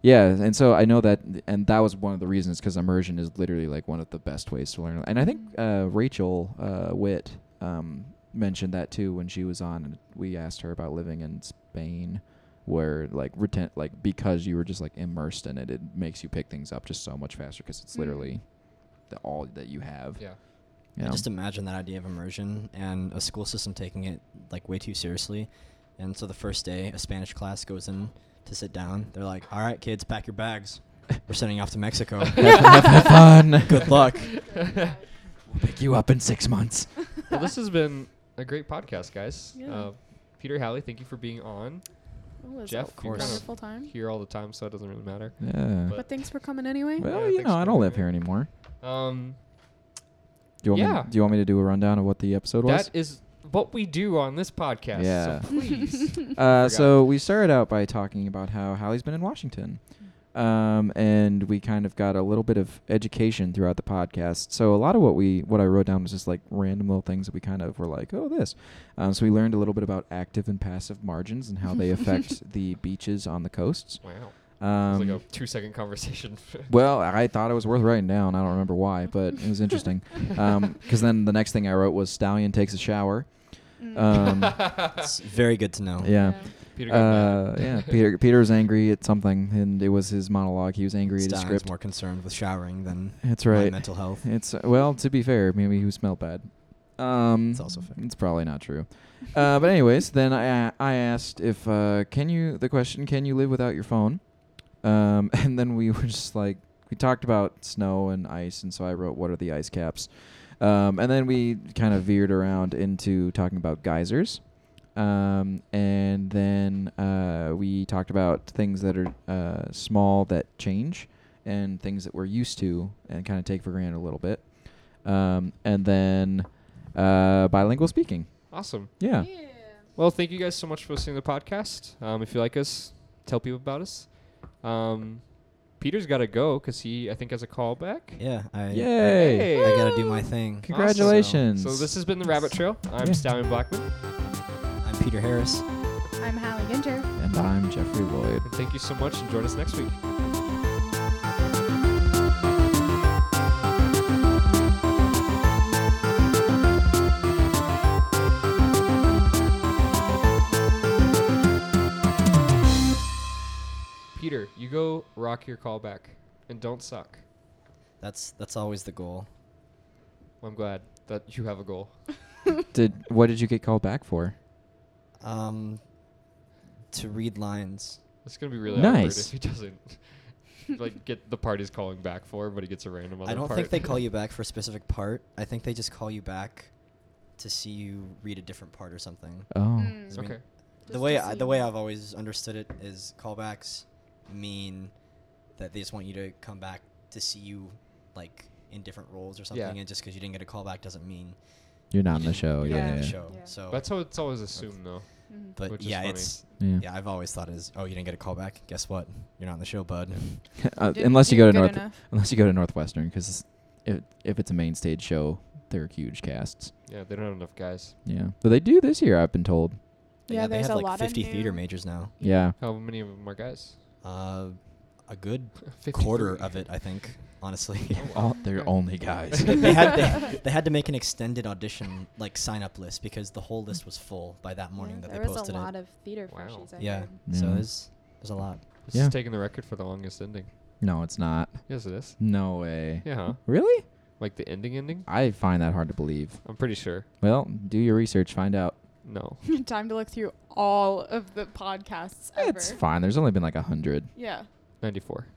S4: yeah and so i know that and that was one of the reasons because immersion is literally like one of the best ways to learn and i think uh, rachel uh, witt um, mentioned that too when she was on and we asked her about living in spain where like retent like because you were just like immersed in it it makes you pick things up just so much faster because it's
S3: Mm.
S4: literally the all that you have
S1: Mm-hmm. Yeah.
S4: you know?
S2: Just imagine that idea of immersion and a school system taking it like way too seriously. And so the first day, a Spanish class goes in to sit down. They're like, "All right, kids, pack your bags. We're sending you off to Mexico.
S4: have, have- have fun
S2: Good luck."
S4: we'll pick you up in six months
S1: Well, this has been a great podcast, guys.
S3: Yeah.
S1: Uh, Peter Halley, thank you for being on.
S3: It was
S1: Jeff,
S3: a
S1: you
S2: course.
S1: kind
S3: wonderful time.
S1: of here all the time, so it doesn't really matter.
S4: Yeah.
S1: But-
S3: But thanks for coming anyway.
S1: Yeah,
S4: well, you
S1: thanks
S4: know,
S1: for
S4: I don't live
S1: having
S4: here
S1: me.
S4: anymore.
S1: Um,
S4: Do you want
S1: Yeah.
S4: me? Do you want me to do a rundown of what the episode was?
S1: that is what we do on this podcast.
S4: Yeah.
S1: So please.
S4: Uh,
S1: Forgot.
S4: so we started out by talking about how Hallie's been in Washington, um, and we kind of got a little bit of education throughout the podcast. So a lot of what we what I wrote down was just like random little things that we kind of were like, oh, this. Um, so we learned a little bit about active and passive margins and how they affect the beaches on the coasts.
S1: wow.
S4: Um,
S1: It was like a two second conversation.
S4: well, I thought it was worth writing down. I don't remember why, but it was interesting. Because then the next thing I wrote was stallion takes a shower.
S3: Hmm.
S4: Um,
S2: It's very good to know.
S4: yeah.
S1: Peter got
S4: Uh,
S1: mad.
S4: yeah, Peter. Peter was angry at something, and it was his monologue. He was angry at his
S2: Stan's
S4: script.
S2: more concerned with showering than
S4: That's
S2: my
S4: right.
S2: mental health.
S4: It's well, to be fair, maybe he smelled bad. Um,
S2: It's also fair.
S4: It's probably not true. Uh, but anyways, then I I asked if uh, can you the question can you live without your phone, um, and then we were just like we talked about snow and ice, and so I wrote what are the ice caps, um, and then we kind of veered around into talking about geysers, um, and then uh, we talked about things that are uh, small that change, and things that we're used to and kind of take for granted a little bit, um, and then uh, bilingual speaking.
S1: Awesome.
S4: Yeah.
S1: Well, thank you guys so much for listening to the podcast. Um, if you like us, tell people about us. Um, Peter's got to go because he, I think, has a call back.
S2: Yeah, I,
S4: Yay!
S2: I, I gotta do my thing.
S4: Congratulations.
S1: So this has been the Rabbit Trail. I'm
S4: Yeah.
S1: Stallion Blackman,
S2: I'm Peter Harris.
S3: I'm Hallie Ginter.
S4: and I'm Jeffrey Lloyd.
S1: and thank you so much. And join us next week. Peter, you go rock your call back, and don't suck.
S2: That's that's always the goal.
S1: Well, I'm glad that you have a goal.
S4: Did what did you get called back for?
S2: Um, to read lines.
S1: It's gonna be really awkward
S4: Nice.
S1: if he doesn't like get the part he's calling back for, but he gets a random other
S2: I don't
S1: part.
S2: think they call you back for a specific part. I think they just call you back to see you read a different part or something.
S4: Oh,
S3: Hmm.
S2: Does it mean-
S1: Okay.
S2: the way I, the way I've always understood it is callbacks mean that they just want you to come back to see you like in different roles or something,
S1: Yeah.
S2: and just because you didn't get a callback doesn't mean
S4: you're not in
S2: you
S4: the
S2: didn't-
S4: show.
S2: you're
S4: Yeah.
S2: not in
S4: yeah.
S2: the show.
S3: Yeah.
S2: So
S1: That's how it's always assumed though.
S3: Mhm.
S2: but
S1: which is
S2: yeah,
S1: funny.
S2: it's
S4: Yeah.
S2: yeah. I've always thought is oh you didn't get a callback. Guess what? You're not in the show, bud.
S4: Uh,
S3: Didn't
S4: unless you
S3: do
S4: go to
S3: good
S4: North,
S3: enough.
S4: unless you go to Northwestern, because if if it's a main stage show, they're huge casts.
S1: Yeah, they don't have enough guys.
S4: Yeah, but they do this year. I've been told.
S2: But
S3: Yeah,
S2: they
S3: there's
S2: have
S3: a
S2: like
S3: lot of
S2: 50 theater
S3: new-
S2: majors now.
S4: Yeah.
S1: How many of them are guys?
S2: Uh, a good
S1: 53.
S2: quarter of it, I think. Honestly.
S1: Oh,
S4: All, they're only guys.
S2: they had they, they had to make an extended audition like sign up list because the whole list was full by that morning
S3: Yeah,
S2: that
S3: there
S2: they
S3: was
S2: posted
S3: a lot
S2: it.
S3: of theater
S1: Wow.
S3: freshies. I
S2: yeah.
S3: heard.
S2: So
S4: Yeah.
S2: there's there's a lot.
S1: This
S4: Yeah.
S1: is taking the record for the longest ending.
S4: no, it's not.
S1: Yes, it is.
S4: No way.
S1: Yeah. Huh?
S4: Really?
S1: Like the ending ending?
S4: I find that hard to believe.
S1: I'm pretty sure.
S4: Well, do your research, find out.
S1: No.
S3: Time to look through all of the podcasts ever.
S4: It's fine. There's only been like a hundred.
S3: Yeah.
S1: 94.